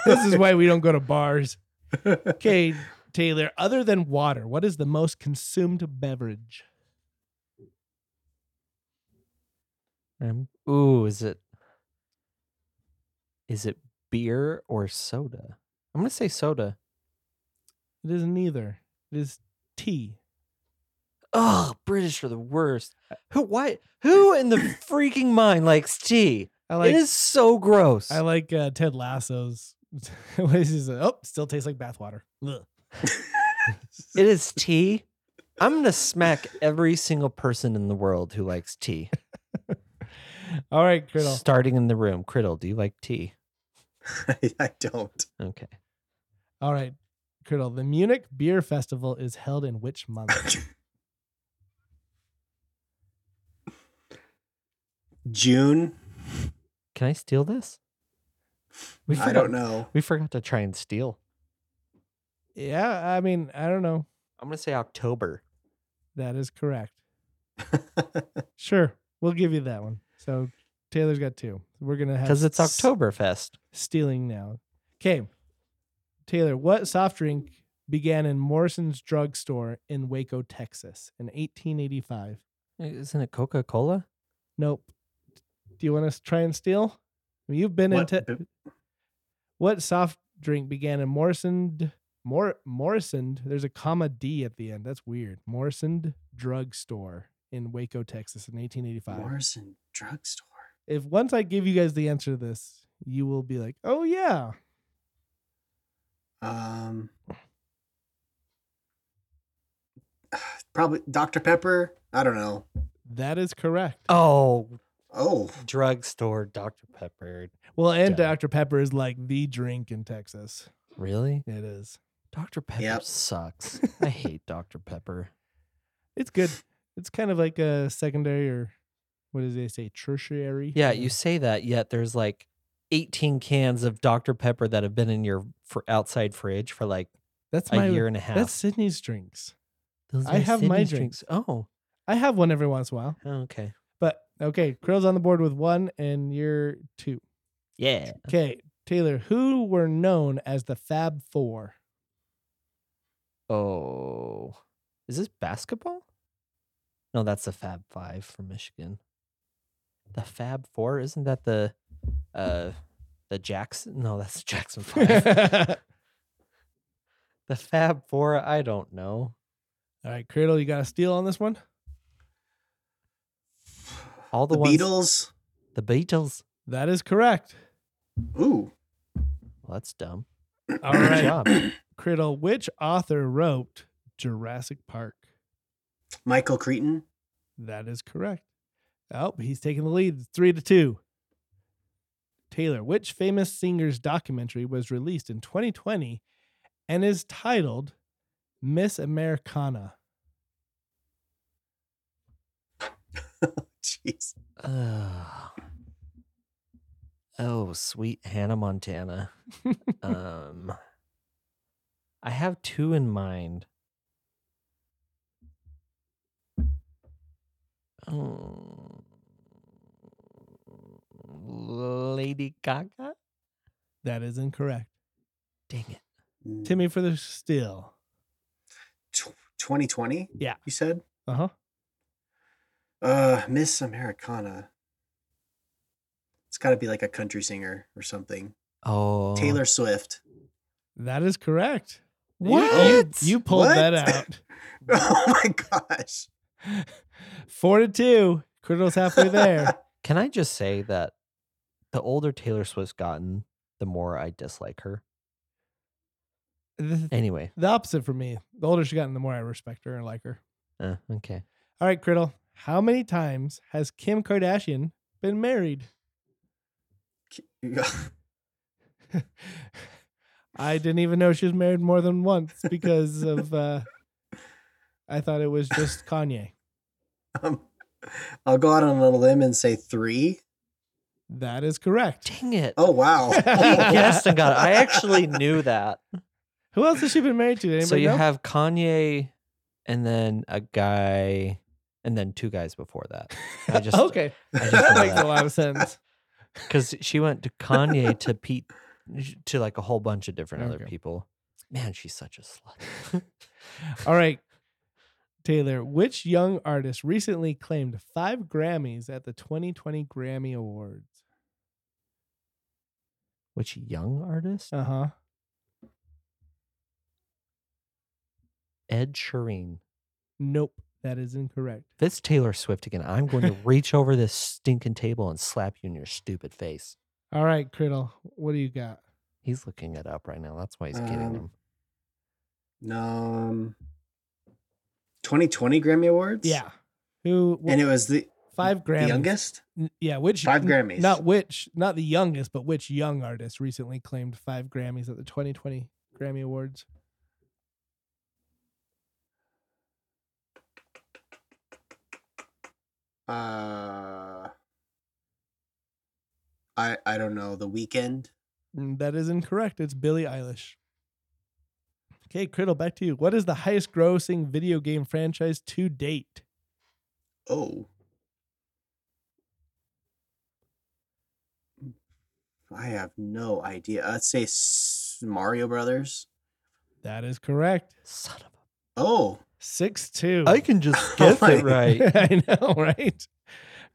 S1: This is why we don't go to bars. Okay, Taylor, other than water, what is the most consumed beverage?
S2: Um, ooh, is it is it beer or soda? I'm gonna say soda.
S1: It is neither. It is tea.
S2: Oh, British are the worst. Who why who in the freaking mind likes tea?
S1: I like
S2: it is so gross.
S1: I like uh, Ted Lasso's. what is his? Oh, still tastes like bathwater. Ugh.
S2: it is tea. I'm gonna smack every single person in the world who likes tea.
S1: All right, Criddle.
S2: Starting in the room. Criddle, do you like tea?
S3: I, I don't.
S2: Okay.
S1: All right, Criddle. The Munich Beer Festival is held in which month?
S3: June.
S2: Can I steal this? We
S3: I don't know.
S2: We forgot to try and steal.
S1: yeah, I mean, I don't know.
S2: I'm gonna say October.
S1: That is correct. Sure, we'll give you that one. So Taylor's got two. We're gonna have
S2: Because it's
S1: s-
S2: Oktoberfest.
S1: stealing now. Okay, Taylor. What soft drink began in Morrison's Drug Store in Waco, Texas, in 1885?
S2: Isn't it Coca Cola?
S1: Nope. Do you want us to try and steal? I mean, You've been
S3: What
S1: into
S3: b-
S1: what soft drink began in Morrisoned Mor Morrisoned? There's a comma D at the end. That's weird. Morrisoned Drug Store in Waco, Texas, in 1885.
S3: Morrison Drugstore.
S1: If once I give you guys the answer to this, you will be like, "Oh yeah,
S3: Um, probably Dr. Pepper. I don't know.
S1: that is correct."
S2: Oh,
S3: Oh,
S2: drugstore Dr. Pepper.
S1: well, and
S2: Duh.
S1: Dr Pepper is like the drink in Texas.
S2: Really?
S1: It is.
S2: Dr. Pepper
S3: Yep.
S2: sucks. I hate Dr. Pepper.
S1: It's good. It's kind of like a secondary or what does they say? Tertiary.
S2: Yeah, you say that, yet there's like 18 cans of Dr. Pepper that have been in your fr- outside fridge for like
S1: That's
S2: a
S1: my
S2: year and a half.
S1: That's Sydney's drinks.
S2: Those
S1: I
S2: are
S1: have my
S2: Sydney's Oh,
S1: I have one every once in a while.
S2: oh, okay.
S1: But okay, Krill's on the board with one and you're two.
S2: Yeah.
S1: Okay, Taylor, who were known as the Fab Four?
S2: Oh, is this basketball? No, that's the Fab Five from Michigan. The Fab Four isn't that the, uh, the Jackson? No, that's the Jackson Five.
S1: All
S2: the Fab Four. I don't know.
S1: right, Cradle, you got a steal on this one?
S2: All the,
S3: the
S2: ones.
S3: Beatles.
S2: The Beatles.
S1: That is correct.
S3: Ooh.
S2: Well, that's dumb.
S1: All
S2: Good
S1: right,
S2: job.
S1: Cradle, which author wrote Jurassic Park?
S3: Michael Creighton.
S1: That is correct. Oh, he's taking the lead. It's Three to two. Taylor, which famous singer's documentary was released in 2020 and is titled Miss Americana?
S3: Jeez.
S2: Ugh. oh, sweet Hannah Montana. um, I have two in mind. Um, Lady Gaga?
S1: That is incorrect.
S2: Dang it.
S3: Mm.
S1: Timmy for the steal.
S3: Tw- 2020.
S1: Yeah.
S3: You said.
S1: Uh huh.
S3: Uh, Miss Americana. It's got to be like a country singer or something.
S2: Oh.
S3: Taylor Swift.
S1: That is correct. You- You,
S2: What?
S1: you pulled
S3: What?
S1: that out.
S3: Oh my gosh.
S1: Four to two. Criddle's halfway there.
S2: Can I just say that the older Taylor Swift's gotten, the more I dislike her.
S1: The,
S2: Anyway,
S1: the opposite for me. The older she's gotten, the more I respect her and like her.
S2: uh, okay.
S1: All right, Criddle. How many times has Kim Kardashian been married? I didn't even know she was married more than once because of uh I thought it was just Kanye.
S3: um, I'll go out on a limb and say three.
S1: That is correct.
S2: Dang it.
S3: Oh wow!
S2: He guessed and got it. I actually knew that.
S1: Who else has she been married to? Anybody
S2: so you
S1: know?
S2: have Kanye and then a guy and then two guys before that. I just
S1: okay.
S2: I
S1: That
S2: just
S1: makes a lot of sense.
S2: because she went to Kanye to Pete to like a whole bunch of different other
S1: Okay.
S2: people. Man, she's such a slut.
S1: All right. Taylor, which young artist recently claimed five Grammys at the 2020 Grammy Awards?
S2: Which young artist?
S1: Uh huh.
S2: Ed Sheeran.
S1: Nope. That is incorrect.
S2: If it's Taylor Swift again, I'm going to reach over this stinking table and slap you in your stupid face.
S1: All right, Criddle, what do you got?
S2: He's looking it up right now. That's why he's getting
S3: Um,
S2: him.
S3: um, 2020 Grammy Awards.
S1: Yeah. Who?
S3: and it was the,
S1: five
S3: the
S1: Grammys.
S3: youngest.
S1: N- Yeah, which n-
S3: Five Grammys.
S1: Not which, not the youngest, but which young artist recently claimed five Grammys at the 2020 Grammy Awards?
S3: Uh, I I don't know. The weekend.
S1: Mm, That is incorrect. It's Billie Eilish. Okay, Criddle, back to you. What is the highest grossing video game franchise to date?
S3: Oh. Mm, I have no idea. I'd say s- Mario Brothers.
S1: That is correct.
S2: Son of
S3: Oh,
S1: Six two.
S2: a. I can just guess it right.
S1: I know, right?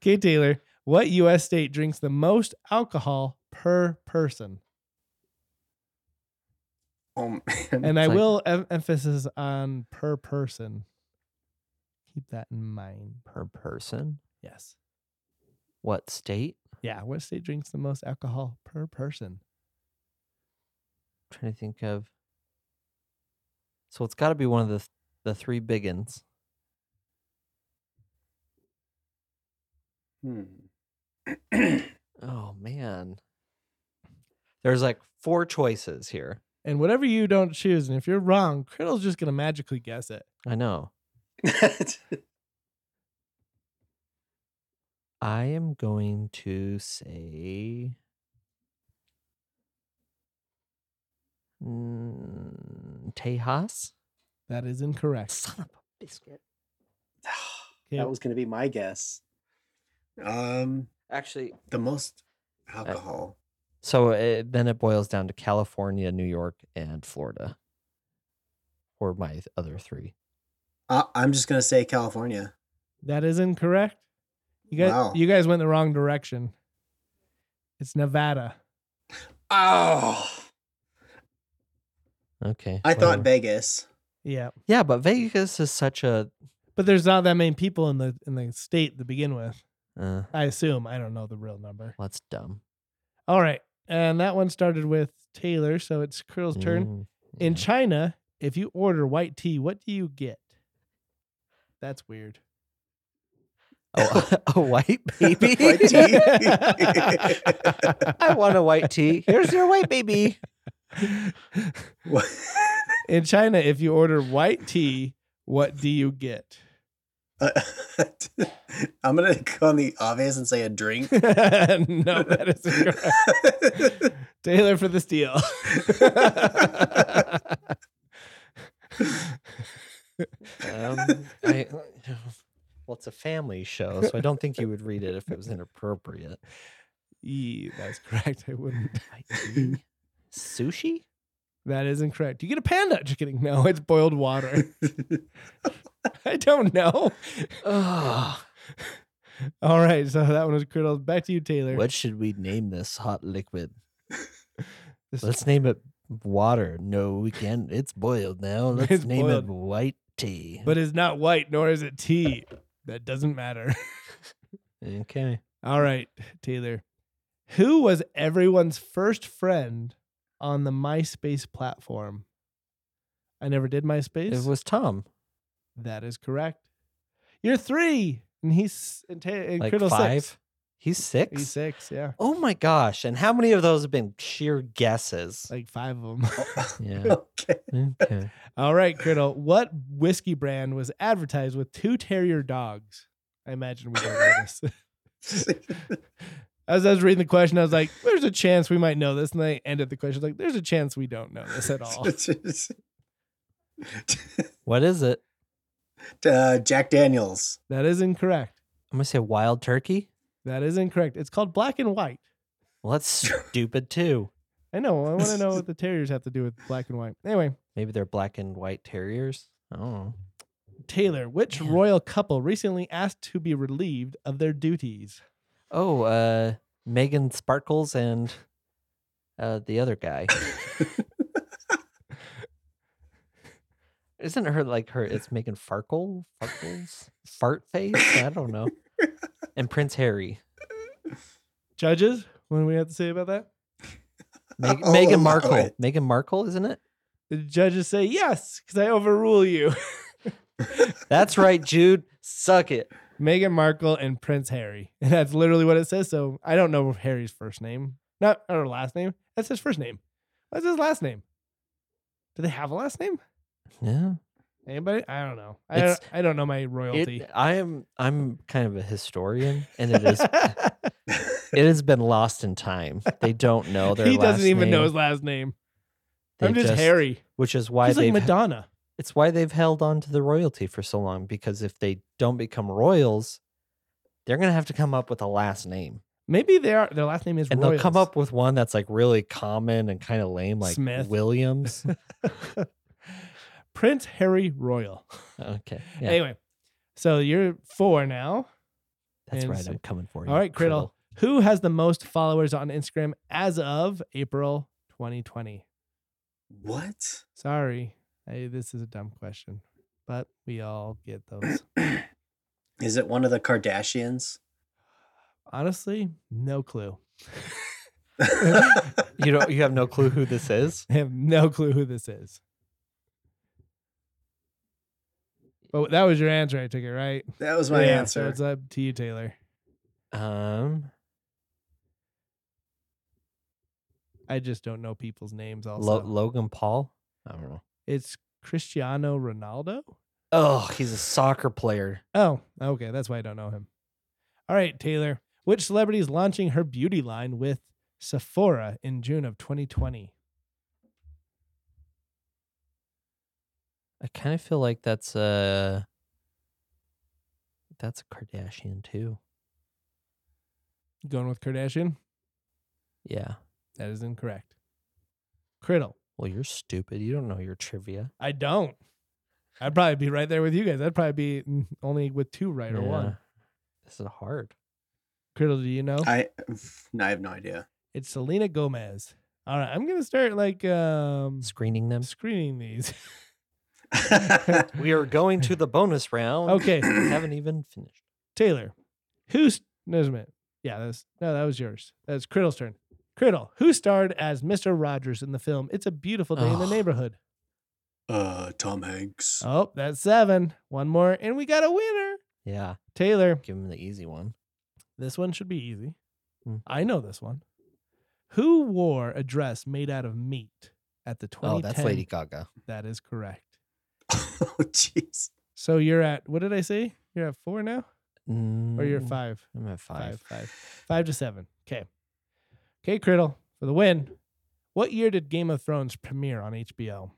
S1: Okay, Taylor. What U.S. state drinks the most alcohol per person?
S3: oh man.
S1: And I
S2: It's like-
S1: will em- emphasis on per person. Keep that in mind.
S2: Per person.
S1: Yes.
S2: What state?
S1: Yeah. What state drinks the most alcohol per person?
S2: trying to think of. So it's got to be one of the th- the three biggins.
S3: Hmm.
S2: Oh man, there's like four choices here.
S1: And whatever you don't choose, and if you're wrong, Criddle's just gonna magically guess it.
S2: I know. I am going to say. Mm, Tejas?
S1: That is incorrect.
S2: Son of a biscuit.
S1: Okay.
S3: going to be my guess. Um,
S2: Actually,
S3: the most alcohol.
S2: so it, then it boils down to California, New York, and Florida. Or my th- other three.
S3: I- Uh, I'm just going to say California.
S1: that is incorrect. You guys,
S3: Wow.
S1: you guys went the wrong direction. It's Nevada.
S3: Oh,
S2: Okay.
S3: I thought
S2: whatever.
S3: Vegas.
S1: Yeah,
S2: Yeah, but Vegas is such a.
S1: but there's not that many people in the in the state to begin with.
S2: Uh,
S1: I assume. I don't know the real number.
S2: well, that's dumb.
S1: All right, and that one started with Taylor, so it's Criddle's turn.
S2: Mm,
S1: In
S2: yeah.
S1: China, if you order white tea, what do you get? That's weird.
S2: Oh, a white baby.
S3: White tea.
S2: I want a white tea. Here's your white baby.
S3: What?
S1: In China, if you order white tea, what do you get?
S3: Uh, I'm going to go on the obvious and say a drink.
S1: no, that is incorrect. Taylor for the steal.
S2: Um, I, well, it's a family show, so I don't think you would read it if it was inappropriate.
S1: Yee, that's correct. I wouldn't.
S2: White tea. Sushi?
S1: That is incorrect. You get a panda. Just kidding. No, it's boiled water. I don't know.
S2: Ugh.
S1: All right, so that one was critical. Back to you, Taylor.
S2: What should we name this hot liquid?
S1: This-
S2: Let's name it water. No, we can't. It's boiled now. Let's
S1: It's
S2: name
S1: boiled.
S2: it white tea.
S1: But it's not white, nor is it tea. That doesn't matter.
S2: okay.
S1: All right, Taylor. Who was everyone's first friend on the MySpace platform? I never did MySpace.
S2: It was Tom,
S1: that is correct. You're three, and he's and, ta- and
S2: like
S1: Criddle
S2: five.
S1: six.
S2: He's six.
S1: He's six, yeah,
S2: Oh my gosh! And how many of those have been sheer guesses?
S1: like five of them.
S2: yeah. mm,
S3: okay.
S2: Okay.
S1: All right, Criddle. What whiskey brand was advertised with two terrier dogs? I imagine we don't know this. As I was reading the question, I was like, "There's a chance we might know this," and I ended the question like, "There's a chance we don't know this at all."
S2: What is it?
S3: uh, Jack Daniels.
S1: that is incorrect.
S2: I'm gonna say wild turkey.
S1: That is incorrect. It's called black and white.
S2: Well, that's stupid too.
S1: I know. I want to know what the terriers have to do with black and white. Anyway,
S2: Maybe they're black and white terriers. I don't know.
S1: Taylor, which
S2: Man.
S1: royal couple recently asked to be relieved of their duties?
S2: Oh, uh, Megan Sparkles and uh, the other guy. Isn't her like her? It's Megan Farkle, Farkles, fart face. I don't know. And Prince Harry,
S1: Judges, what do we have to say about that?
S2: Meg-
S3: I'll
S2: Meghan
S3: allow
S2: Markle,
S3: it.
S2: Meghan Markle, isn't it?
S1: The judges say yes, because I overrule you.
S2: That's right, Jude. Suck it.
S1: Meghan Markle and Prince Harry. And that's literally what it says. So I don't know Harry's first name, not or last name. That's his first name. What's his last name? Do they have a last name?
S2: Yeah.
S1: Anybody? I don't know. I
S2: It's-
S1: don't, I don't know my royalty.
S2: It, I am. I'm kind of a historian, and it is. it has been lost in time. They don't know their.
S1: he
S2: last
S1: doesn't even know
S2: name.
S1: his last name.
S2: They
S1: I'm just, Harry.
S2: which is why
S1: He's like
S2: they've
S1: Madonna.
S2: it's why they've held on to the royalty for so long because if they don't become royals they're going to have to come up with a last name
S1: Maybe they are, their last name is
S2: and
S1: Royals.
S2: they'll come up with one that's like really common and kind of lame like
S1: Smith.
S2: williams
S1: Prince Harry Royal.
S2: okay yeah
S1: Anyway, so you're four now.
S2: that's
S1: and
S2: right
S1: so-
S2: i'm coming for you
S1: All right, Criddle. Who has the most followers on Instagram as of April 2020?
S3: What?
S1: Sorry, I, this is a dumb question, but we all get those.
S3: Is it one of the Kardashians?
S1: Honestly, no clue.
S2: you don't you have no clue who this is
S1: I have no clue who this is. But that was your answer. I took it right.
S3: that was my
S1: Yeah, So
S3: answer.
S1: it's up to you, Taylor.
S2: um
S1: I just don't know people's names. Also,
S2: Lo- logan paul i don't know
S1: it's Cristiano Ronaldo.
S2: oh he's a soccer player
S1: Oh, okay. That's why I don't know him. All right, Taylor. Which celebrity is launching her beauty line with Sephora in June of 2020?
S2: i kind of feel like that's a that's a kardashian too
S1: Going with Kardashian?
S2: yeah
S1: That is incorrect. Criddle.
S2: Well, you're stupid. You don't know your trivia.
S1: I don't. I'd probably be right there with you guys. I'd probably be mm, only with two right or one.
S2: This is hard.
S1: Criddle, do you know?
S3: I, no, I have no idea.
S1: it's Selena Gomez. All right, I'm gonna start like
S2: Hmm.
S1: um
S2: Screening them.
S1: screening these.
S2: We are going to the bonus round.
S1: Okay,
S2: We haven't even finished.
S1: Taylor, who's no, wait a minute. Yeah, that's no, that was yours. That's Criddle's turn. Criddle, who starred as Mr. Rogers in the film "It's a Beautiful Day in the
S2: Ugh.
S1: Neighborhood"?
S3: uh, Tom Hanks.
S1: Oh, that's seven. One more, and we got a winner.
S2: Yeah.
S1: Taylor,
S2: Give him the easy one.
S1: this one should be easy.
S2: Hmm.
S1: I know this one. Who wore a dress made out of meat at the 2010?
S2: Oh, that's Lady Gaga.
S1: That is correct.
S3: Oh, jeez.
S1: So you're at what did I say? You're at four now, or you're
S2: Mm,
S1: five?
S2: I'm at five.
S1: Five, five, five to seven. Okay. Okay, Criddle, for the win. What year did Game of Thrones premiere on HBO?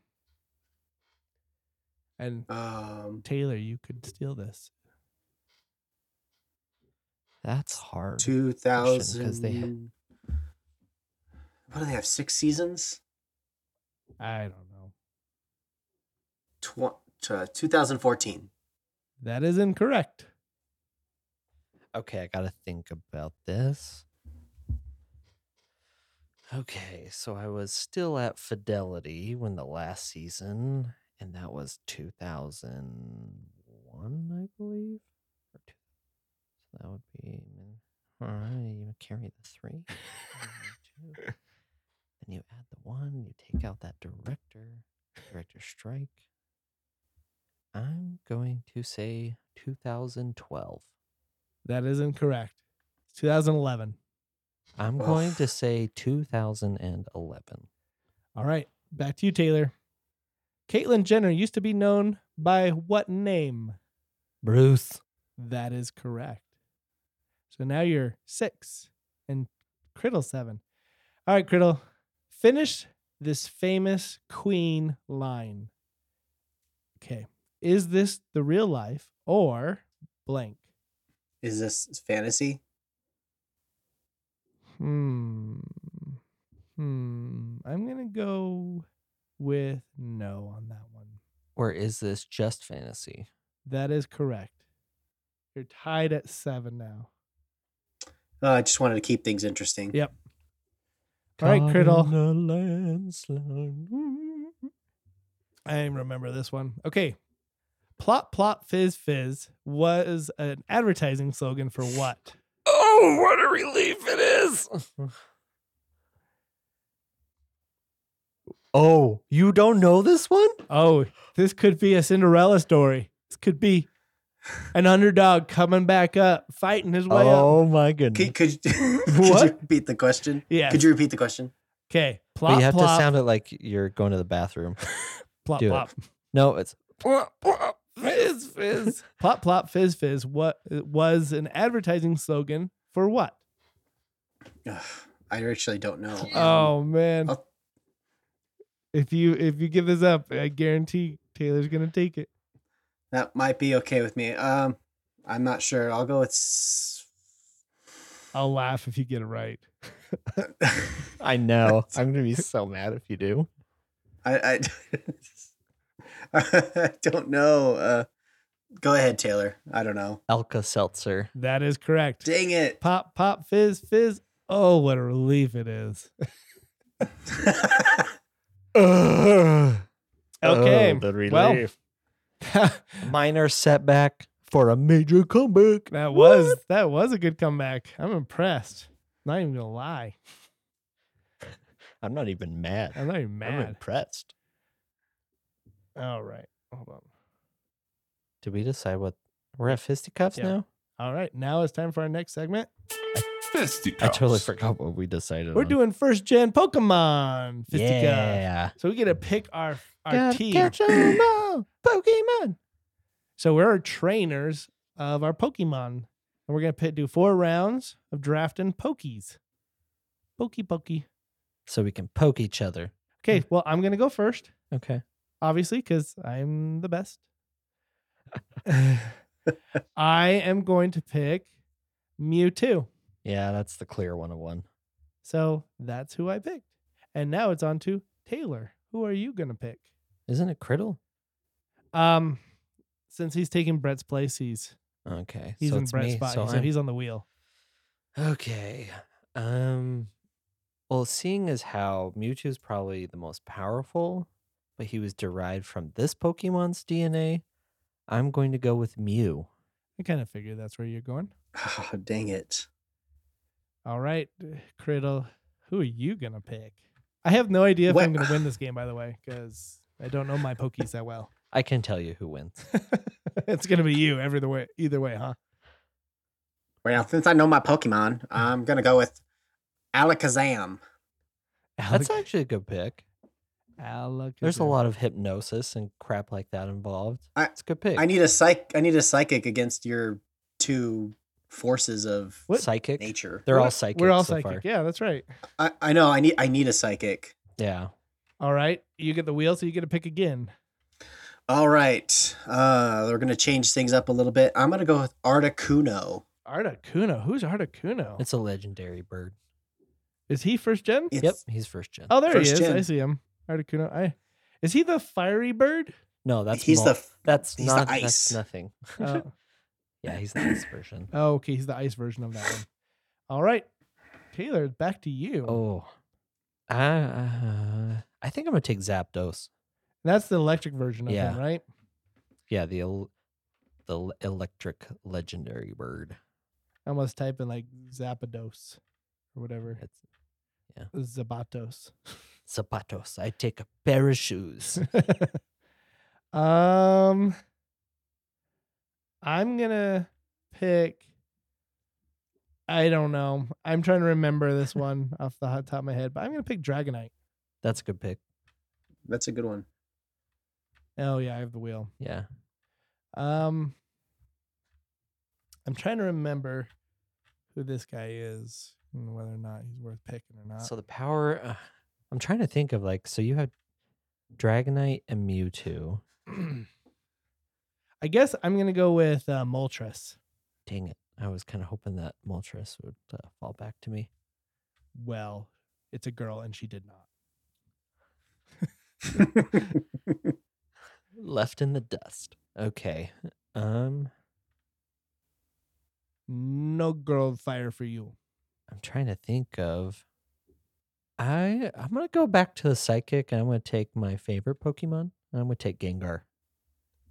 S1: And
S3: Um,
S1: Taylor, you could steal this.
S2: That's hard.
S3: two
S2: question,
S3: thousand.
S2: 'cause they ha-
S3: What do they have? Six seasons.
S1: I don't know.
S3: Tw- uh, 2014.
S1: That is incorrect.
S2: Okay, I gotta think about this. Okay, so I was still at Fidelity when the last season, and that was 2001, I believe. Or two, so that would be All right, you carry the three. and the two, Then you add the one. You take out that director. Director strike. I'm going to say 2012.
S1: That is incorrect. It's 2011.
S2: I'm
S3: Oof.
S2: going to say 2011.
S1: All right, back to you, Taylor. Caitlyn Jenner used to be known by what name?
S2: Bruce.
S1: That is correct. So now you're six and Criddle seven. All right, Criddle, finish this famous queen line. Okay. Is this the real life or blank?
S3: Is this fantasy?
S1: Hmm. Hmm. I'm going to go with no on that one.
S2: Or is this just fantasy?
S1: That is correct. You're tied at seven now.
S3: Uh, I just wanted to keep things interesting.
S1: Yep. All right, Criddle. I remember this one. Okay. Plot, plot, fizz, fizz was an advertising slogan for what?
S2: Oh, what a relief it is. oh, you don't know this one?
S1: Oh, this could be a Cinderella story. This could be an underdog coming back up, fighting his way up.
S2: Oh my
S3: Could,
S2: goodness.
S3: could, you- could
S1: Mm-hmm. What?
S3: you repeat the question?
S1: Yeah.
S3: Could you repeat the question?
S1: Okay.
S2: But
S1: Plot,
S2: you have
S1: plop,
S2: to sound it like you're going to the bathroom.
S1: plop,
S2: do it.
S1: plop.
S2: no, it's fizz fizz.
S1: Plop, plop, fizz, fizz what, was an advertising slogan for what?
S3: Ugh, I actually don't know. Um,
S1: Oh, man.
S3: I'll-
S1: If you if you give this up, I guarantee Taylor's gonna take it.
S3: That might be okay with me. Um, I'm not sure. I'll go with. s-
S1: I'll laugh if you get it right.
S2: I know. I'm gonna be so mad if you do.
S3: I, I, I don't know. Uh, go ahead, Taylor. I don't know.
S2: Elka Seltzer.
S1: That is correct.
S3: Dang it.
S1: Pop, pop, fizz, fizz. Oh, what a relief it is.
S2: Oh,
S1: Okay. well,
S2: Minor setback for a major comeback.
S1: that was that was a good comeback. I'm impressed. Not even gonna lie.
S2: I'm not even mad.
S1: I'm not even
S2: I'm
S1: mad.
S2: impressed.
S1: All right. Hold on.
S2: Did we decide what we're at fisticuffs
S1: Yeah.
S2: now?
S1: All right. Now it's time for our next segment.
S5: Fisticuffs.
S2: I totally forgot what we decided.
S1: We're
S2: on.
S1: doing first gen Pokemon. Fisticuff.
S2: yeah.
S1: So we get to pick our our
S2: Gotta
S1: team.
S2: catch 'em all, Pokemon.
S1: So we're trainers of our Pokemon, and we're gonna pit, do four rounds of drafting Pokies. Pokey, pokey.
S2: So we can poke each other.
S1: Okay. Well, I'm gonna go first.
S2: Hmm. Okay.
S1: obviously, because I'm the best. I am going to pick Mewtwo.
S2: Yeah, that's the clear one of one.
S1: So that's who I picked. And now it's on to Taylor. Who are you going to pick?
S2: Isn't it Criddle?
S1: Um, since he's taking Brett's place, he's
S2: Okay.
S1: he's
S2: so
S1: in
S2: it's
S1: Brett's
S2: me,
S1: spot,
S2: So
S1: so
S2: I'm-
S1: he's on the wheel.
S2: Okay. Um well, seeing as how Mewtwo's probably the most powerful, but he was derived from this Pokemon's DNA, I'm going to go with Mew.
S1: I kind of figured that's where you're going.
S3: Oh, dang it.
S1: All right, Criddle, who are you going to pick? I have no idea if I'm
S3: Well-
S1: going to win this game, by the way, because I don't know my Pokies that well.
S2: I can tell you who wins.
S1: it's going to be you every the way, either way, huh?
S3: Well, now, since I know my Pokemon, I'm going to go with Alakazam.
S2: That's actually a good pick.
S1: Alakazam.
S2: There's a lot of hypnosis and crap like that involved.
S3: I-
S2: it's a good pick.
S3: I need a psych. I need a psychic against your two forces of
S1: What?
S2: psychic.
S3: nature.
S2: They're all
S1: We're-
S2: psychic.
S1: We're all
S2: so
S1: psychic.
S2: far.
S1: Yeah, that's right.
S3: I, I know. I need. I need a psychic.
S2: Yeah.
S1: All right, you get the wheel, so you get to pick again.
S3: All right. Uh, we're gonna change things up a little bit. I'm gonna go with Articuno.
S1: Articuno. Who's Articuno?
S2: It's a legendary bird.
S1: is he first gen?
S3: It's,
S2: Yep. He's first gen.
S1: Oh, there he
S3: First
S1: is.
S3: gen.
S1: I see him. Articuno. I. Is he the fiery bird?
S2: no, that's
S3: he's
S2: mul-
S3: the. f-
S2: that's
S3: he's the
S2: not
S3: ice.
S2: that's nothing.
S1: Oh,
S2: yeah, he's the ice version.
S1: oh, okay. He's the ice version of that one. All right, Taylor, back to you.
S2: Oh, uh, I think I'm gonna take Zapdos.
S1: That's the electric version of him,
S2: Yeah.
S1: right?
S2: Yeah, the el- the l- electric legendary bird.
S1: I almost type in like Zapados or whatever.
S2: It's
S1: Zapatos.
S2: Zapatos. I take a pair of shoes.
S1: um, I'm gonna pick. I don't know. I'm trying to remember this one off the hot top of my head, but I'm gonna pick Dragonite.
S2: That's a good pick.
S3: That's a good one.
S1: Oh yeah, I have the wheel.
S2: Yeah.
S1: Um, I'm trying to remember who this guy is and whether or not he's worth picking or not.
S2: So the power. Uh, I'm trying to think of like. So you have Dragonite and Mewtwo.
S1: I guess I'm gonna go with uh, Moltres.
S2: Dang it! I was kind of hoping that Moltres would uh, fall back to me.
S1: Well, it's a girl, and she did not.
S2: Left in the dust. Okay. Um.
S1: No girl fire for you.
S2: I'm trying to think of. I I'm gonna go back to the psychic and I'm gonna take my favorite Pokemon. I'm gonna take Gengar.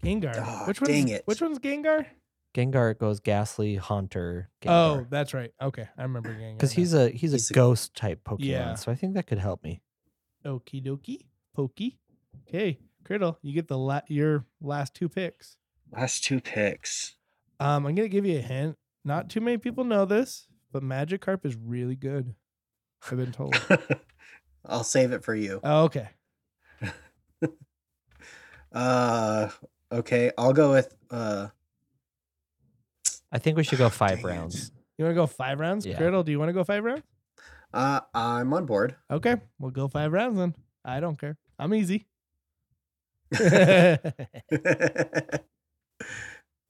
S1: Gengar.
S3: Ah,
S1: which one's,
S3: dang it.
S1: Which one's Gengar?
S2: Gengar goes Ghastly, Haunter.
S1: Oh,
S2: Gengar.
S1: that's right. Okay, I remember Gengar.
S2: because he's a he's a
S3: He's a-
S2: ghost type Pokemon.
S1: Yeah.
S2: So I think that could help me.
S1: okie dokie, pokey. Okay, Criddle, you get the la- your last two picks.
S3: Last two picks.
S1: Um, I'm gonna give you a hint. Not too many people know this, but Magikarp is really good. I've been told.
S3: I'll save it for you.
S1: oh, okay.
S3: Uh, okay. I'll go with uh.
S2: I think we should go five
S3: Dang it.
S2: rounds.
S1: You want to go five rounds,
S2: Yeah.
S1: Criddle? Do you want to go five rounds?
S3: Uh, I'm on board.
S1: Okay, we'll go five rounds then. I don't care. I'm easy.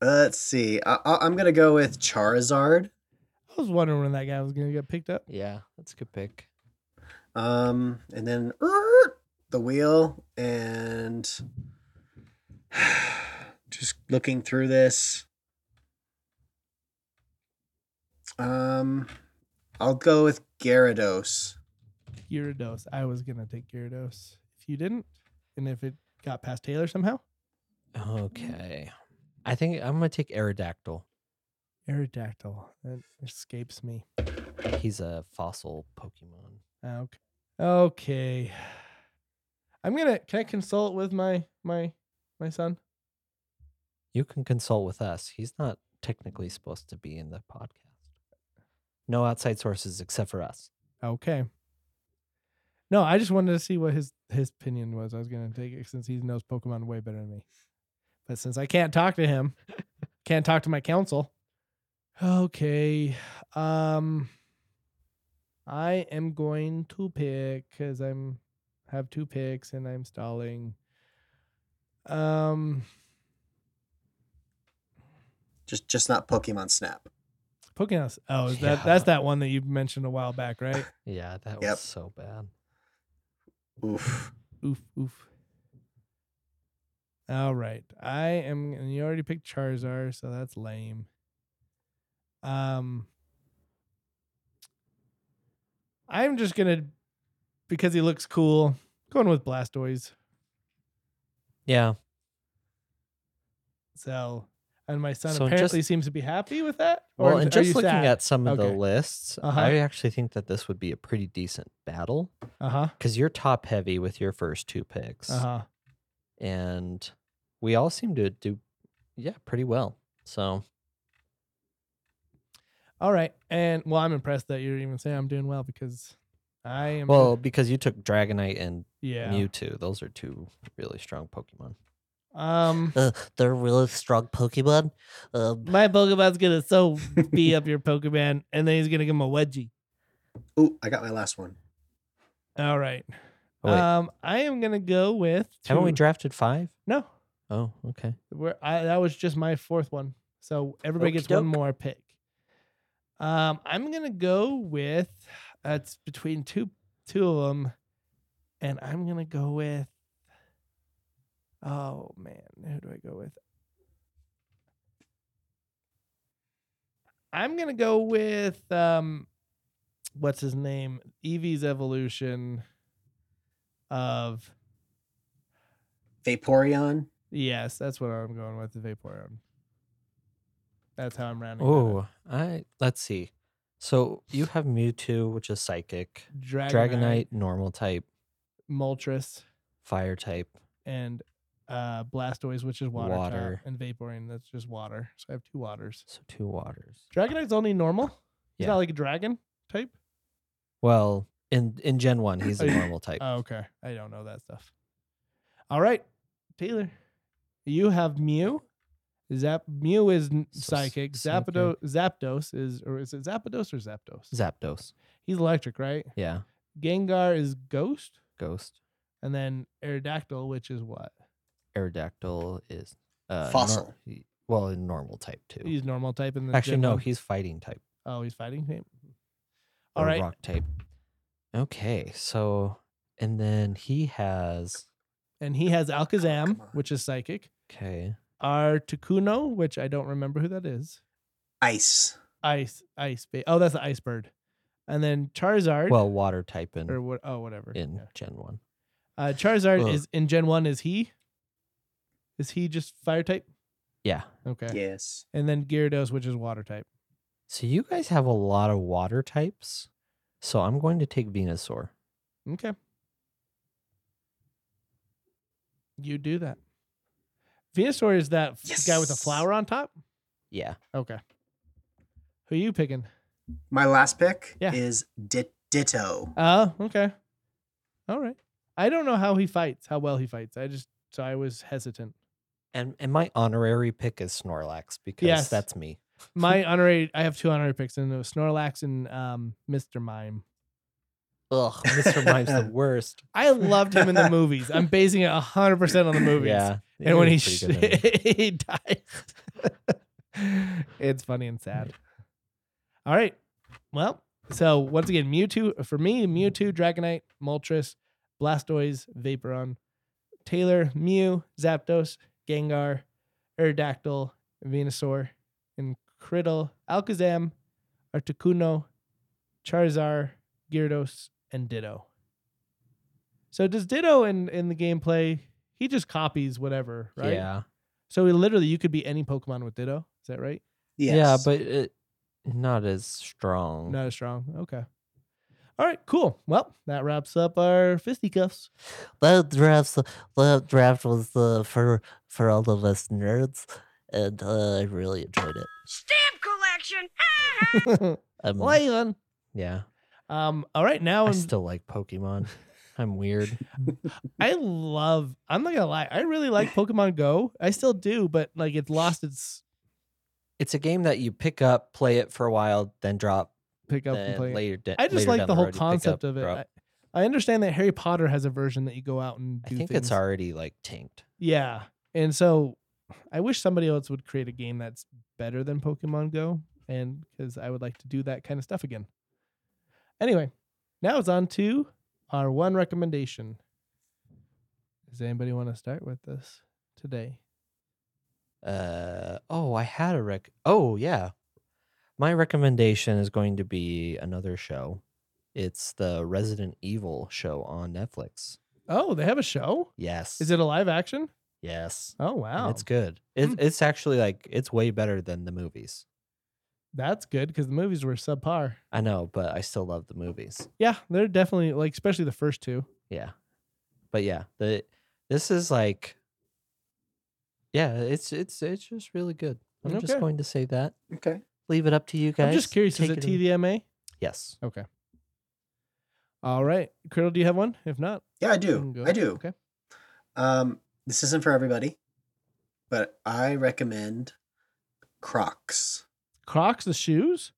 S3: Let's see. I, I, I'm gonna go with Charizard.
S1: I was wondering when that guy was gonna get picked up.
S2: Yeah, that's a good pick.
S3: Um, and then er, the wheel and just looking through this. Um, I'll go with Gyarados.
S1: Gyarados. I was gonna take Gyarados. If you didn't, and if it got past Taylor somehow,
S2: Okay. I think I'm gonna take Aerodactyl.
S1: Aerodactyl. That escapes me. Ah,
S2: He's a fossil Pokemon.
S1: Okay. Okay. I'm gonna. Can I consult with my my my son?
S2: You can consult with us. He's not technically supposed to be in the podcast. No outside sources except for us.
S1: Okay. No, I just wanted to see what his his opinion was. I was gonna take it since he knows Pokemon way better than me. But since I can't talk to him, can't talk to my counsel. Okay. Um I am going to pick because I'm have two picks and I'm stalling. Um
S3: Just, just not Pokemon Snap.
S1: Pokemon. Oh, is
S2: Yeah.
S1: that that's that one that you mentioned a while back, right?
S2: Yeah, that
S3: Yep.
S2: was so bad.
S3: Oof.
S1: Oof, oof. All right. I am and you already picked Charizard, so that's lame. Um I'm just gonna because he looks cool, going with Blastoise.
S2: Yeah.
S1: So and my son
S2: So
S1: apparently
S2: just-
S1: seems to be happy with that.
S2: Well,
S1: is-
S2: and
S1: are
S2: just
S1: you
S2: looking
S1: sad?
S2: at some of
S1: Okay.
S2: the lists,
S1: Uh-huh.
S2: I actually think that this would be a pretty decent battle
S1: uh-huh.
S2: because you're top heavy with your first two picks,
S1: Uh-huh.
S2: and we all seem to do, yeah, pretty well. So
S1: All right. And well, I'm impressed that you're even saying I'm doing well because I am
S2: well, because you took Dragonite and
S1: yeah.
S2: Mewtwo, those are two really strong Pokemon.
S1: Um
S2: they're really strong Pokemon. Um,
S1: My Pokemon's gonna so beat up your Pokemon, and then he's gonna give him a wedgie.
S3: Ooh, I got my last one.
S1: All right.
S2: oh, wait,
S1: Um, I am gonna go with.
S2: haven't we
S1: two-
S2: drafted five?
S1: no,
S2: Oh, okay.
S1: we're, I, that was just my fourth one. So everybody gets one
S2: Okey-doke.
S1: more pick. Um, I'm gonna go with. Uh, it's between two two of them, and I'm gonna go with. Oh man, who do I go with? I'm gonna go with um, what's his name? Eevee's evolution of
S3: Vaporeon.
S1: yes, that's what I'm going with the Vaporeon. That's how I'm rounding. that up.
S2: Oh, I let's see. So you have Mewtwo, which is psychic,
S1: Dragonite,
S2: Dragonite, normal type,
S1: Moltres,
S2: fire type.
S1: and uh, Blastoise, which is water,
S2: Water.
S1: type, and Vaporeon, that's just water. So I have two waters.
S2: So two waters.
S1: Dragonite's only normal. It's
S2: Yeah.
S1: not like a dragon type.
S2: Well, in in Gen One, he's
S1: Oh,
S2: a
S1: yeah.
S2: normal type.
S1: Oh, okay. I don't know that stuff. All right, Taylor, you have Mew. Zap Mew is n-
S2: So s-
S1: psychic. Zapdos Zapdos is or is it Zapdos or Zapdos?
S2: Zapdos.
S1: He's electric, right?
S2: Yeah,
S1: Gengar is ghost,
S2: ghost.
S1: and then Aerodactyl, which is what?
S2: Aerodactyl is uh, nor-
S3: Fossil.
S2: he- well, a normal type too.
S1: He's normal type in the
S2: Actually,
S1: Gen
S2: no,
S1: one.
S2: he's fighting type.
S1: oh he's fighting type.
S2: or
S1: All right,
S2: rock type. Okay, so and then he has
S1: and he has Alakazam,
S3: Oh, Come on.
S1: which is psychic.
S2: okay
S1: Articuno, which I don't remember who that is.
S3: Ice.
S1: Ice, ice. Ba- oh, that's the ice bird. And then Charizard.
S2: well water type in
S1: or what? Oh, whatever.
S2: in
S1: yeah.
S2: Gen One.
S1: Uh, Charizard
S2: Ugh.
S1: is in Gen One. Is he? Is he just fire type?
S2: Yeah.
S1: Okay.
S3: Yes.
S1: And then Gyarados, which is water type.
S2: So you guys have a lot of water types. So I'm going to take Venusaur.
S1: Okay. You do that. Venusaur is that f- guy with a
S3: Yes.
S1: flower on top.
S2: Yeah.
S1: Okay. Who you picking?
S3: My last pick
S1: Yeah.
S3: is Di- Ditto.
S1: Oh, okay. All right. I don't know how he fights, how well he fights. I just so I was hesitant.
S2: And and my honorary pick is Snorlax because
S1: Yes.
S2: that's me.
S1: My honorary I have two honorary picks and it was Snorlax and um Mr. Mime.
S2: Ugh, Mr. Mime's the worst.
S1: I loved him in the movies. I'm basing it hundred percent on the movies.
S2: Yeah.
S1: And when he,
S2: was
S1: sh-
S2: pretty good in it.
S1: he dies. it's funny and sad. All right. Well, so once again, Mewtwo for me, Mewtwo, Dragonite, Moltres, Blastoise, Vaporon, Taylor, Mew, Zapdos, Gengar, Aerodactyl, Venusaur, and Criddle, Alakazam, Articuno, Charizard, Gyarados, and Ditto. So does Ditto in in the gameplay? He just copies whatever, right?
S2: Yeah.
S1: So he literally, you could be any Pokemon with Ditto. Is that right?
S3: Yes.
S2: Yeah, but it, not as strong.
S1: Not as strong. Okay. All right. Cool. Well, that wraps up our fisticuffs.
S6: that draft that draft was uh, for for all of us nerds and uh, i really enjoyed it
S7: Stamp collection!
S2: Um,
S1: Lion.
S2: yeah.
S1: Um. All right. Now,
S2: I
S1: and
S2: still like Pokemon. I'm weird.
S1: I love. I'm not gonna lie. I really like Pokemon Go. I still do, but like it's lost its
S2: It's a game that you pick up, play it for a while, then drop,
S1: pickup and
S2: then
S1: play.
S2: later. da-
S1: I just like
S2: later down
S1: the whole
S2: road you pick
S1: concept
S2: up,
S1: of it.
S2: drop.
S1: I, I understand that Harry Potter has a version that you go out and
S2: I
S1: do
S2: think
S1: things.
S2: it's already like tanked.
S1: Yeah. And so I wish somebody else would create a game that's better than Pokemon Go. And because I would like to do that kind of stuff again. Anyway, now it's on to our one recommendation. Does anybody want to start with this today?
S2: Uh oh, I had a rec. Oh yeah, my recommendation is going to be another show. It's the Resident Evil show on Netflix.
S1: Oh, they have a show?
S2: Yes,
S1: Is it a live action?
S2: Yes,
S1: Oh,
S2: and
S1: wow.
S2: it's good. It,
S1: Hmm.
S2: It's actually like it's way better than the movies.
S1: That's good because the movies were subpar.
S2: I know, but I still love the movies.
S1: Yeah, they're definitely like, especially the first two.
S2: Yeah. But yeah, the this is like Yeah, it's it's it's just really good. I'm
S1: Okay.
S2: just going to say that.
S3: okay.
S2: Leave it up to you guys.
S1: I'm just curious is
S2: Take
S1: it
S2: in-
S1: TVMA?
S2: Yes.
S1: Okay. All right. Criddle, do you have one? If not,
S3: Yeah, I
S1: you can
S3: do.
S2: Mm,
S1: go.
S3: I do.
S1: Okay.
S3: Um, this isn't for everybody, but I recommend Crocs.
S1: Crocs, the shoes?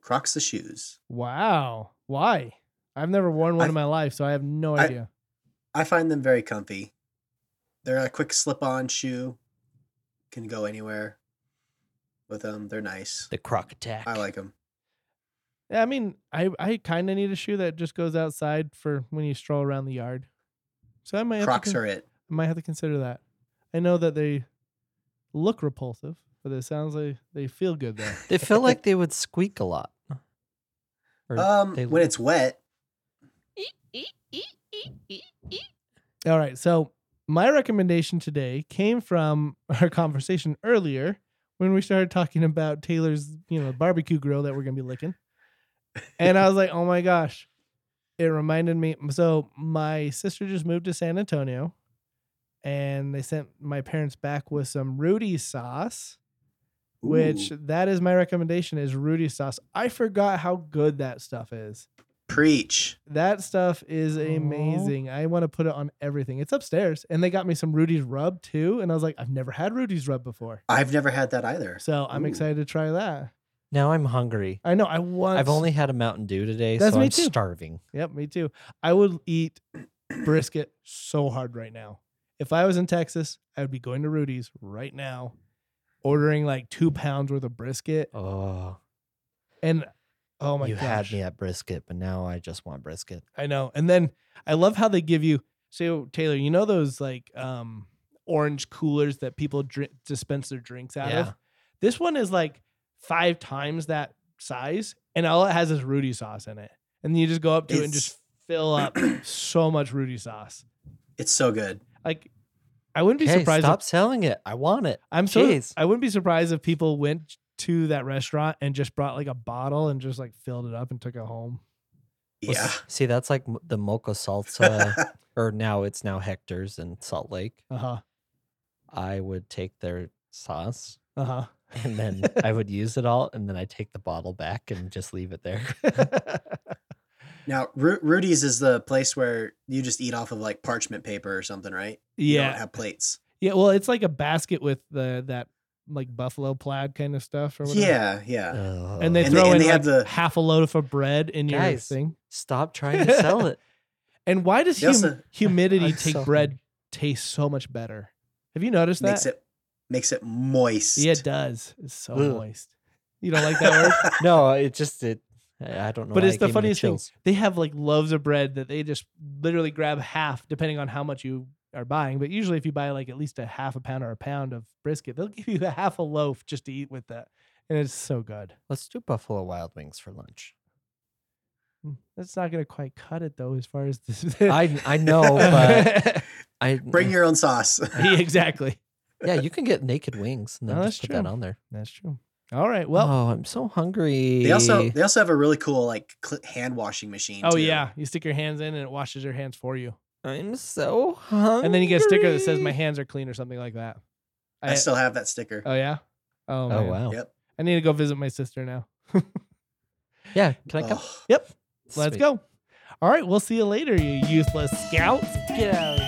S3: Crocs the shoes.
S1: Wow. Why? I've never worn one
S3: I-
S1: in my life, so I have no
S3: I-
S1: idea.
S3: I find them very comfy. They're a quick slip-on shoe. Can go anywhere with them. They're nice.
S2: The croc attack.
S3: I like them.
S1: Yeah, I mean, I, I kind of need a shoe that just goes outside for when you stroll around the yard. So I might have,
S3: Crocs
S1: to, con-
S3: are it.
S1: I might have to consider that. I know that they look repulsive, but it sounds like they feel good though.
S2: They feel like they would squeak a lot. Or
S3: Um,
S2: they-
S3: when it's wet,
S1: All right. So my recommendation today came from our conversation earlier when we started talking about Taylor's, you know, barbecue grill that we're gonna be licking. And I was like, oh my gosh. It reminded me so my sister just moved to San Antonio and they sent my parents back with some Rudy sauce, which
S3: Ooh,
S1: that is my recommendation is Rudy sauce. I forgot how good that stuff is.
S3: preach.
S1: That stuff is
S6: Aw.
S1: amazing. I want to put it on everything. It's upstairs, and they got me some Rudy's Rub too. And I was like, I've never had Rudy's Rub before,
S3: I've never had that either.
S1: so I'm
S3: Ooh.
S1: excited to try that.
S2: Now I'm hungry.
S1: I know I want.
S2: I've only had a Mountain Dew today,
S1: That's
S2: so
S1: me
S2: I'm
S1: too.
S2: starving.
S1: Yep, me too. I would eat brisket so hard right now. If I was in Texas, I would be going to Rudy's right now, ordering like two pounds worth of brisket.
S2: Oh,
S1: And oh my
S2: you
S1: gosh,
S2: had me at brisket, but now I just want brisket.
S1: I know. And then I love how they give you so Taylor, you know those like um orange coolers that people drink, dispense their drinks out
S2: Yeah.
S1: of? This one is like five times that size and all it has is Rudy sauce in it. And you just go up to it and
S3: It's-
S1: just fill up so much Rudy sauce.
S3: It's so good.
S1: Like I wouldn't be
S2: Hey,
S1: surprised if
S2: stop selling it. I want it.
S1: I'm so
S2: Jeez.
S1: I wouldn't be surprised if people went to that restaurant and just brought like a bottle and just like filled it up and took it home.
S2: Well,
S3: Yeah.
S2: s- See, that's like m- the Mocha Salsa, or now it's now Hector's in Salt Lake.
S1: Uh-huh.
S2: I would take their sauce
S1: Uh-huh.
S2: and then I would use it all, and then I take the bottle back and just leave it there.
S3: now, Ru- Rudy's is the place where you just eat off of like parchment paper or something, right? You
S1: yeah.
S3: don't have plates.
S1: Yeah, well, it's like a basket with the that like buffalo plaid kind of stuff or whatever.
S3: Yeah, yeah.
S1: Oh. And they
S3: And
S1: throw
S3: they- and
S1: in
S3: they
S1: like
S3: have the-
S1: half a loaf of bread in your
S2: Guys.
S1: thing.
S2: stop trying to sell it.
S1: And why does
S3: They
S1: hum-
S3: also-
S1: humidity
S2: I'm
S1: take
S2: so
S1: bread taste so much better? Have you noticed that?
S3: makes it makes it moist.
S1: yeah, it does. It's so
S2: Ugh.
S1: moist. You don't like that word?
S2: No, it just it. I I don't know.
S1: But
S2: why
S1: it's
S2: it
S1: the
S2: gave me
S1: funniest thing.
S2: chills.
S1: They have like loaves of bread that they just literally grab half, depending on how much you are buying. But usually, if you buy like at least a half a pound or a pound of brisket, they'll give you a half a loaf just to eat with that, and it's so good.
S2: Let's do Buffalo Wild Wings for lunch.
S1: Mm, That's not gonna quite cut it though, as far as this.
S2: I I know, but I
S3: Bring your own sauce.
S1: Yeah, exactly.
S2: yeah. You can get naked wings and then
S1: No,
S2: just
S1: that's
S2: put that
S1: true.
S2: on there.
S1: That's true. All right. Well.
S2: oh, I'm so hungry.
S3: They also they also have a really cool like cl- hand washing machine.
S1: Oh
S3: too.
S1: yeah, you stick your hands in and it washes your hands for you,
S2: I'm so hungry.
S1: and then you get a sticker that says "My hands are clean" or something like that.
S3: I, still have that sticker.
S1: oh yeah. Oh,
S2: Oh
S1: man.
S2: wow.
S3: Yep.
S1: I need to go visit my sister now.
S2: Yeah. Can
S3: Uh,
S2: I come?
S3: Ugh.
S1: Let's
S2: Sweet.
S1: go. All right, we'll see you later, you useless scouts. Get out of here.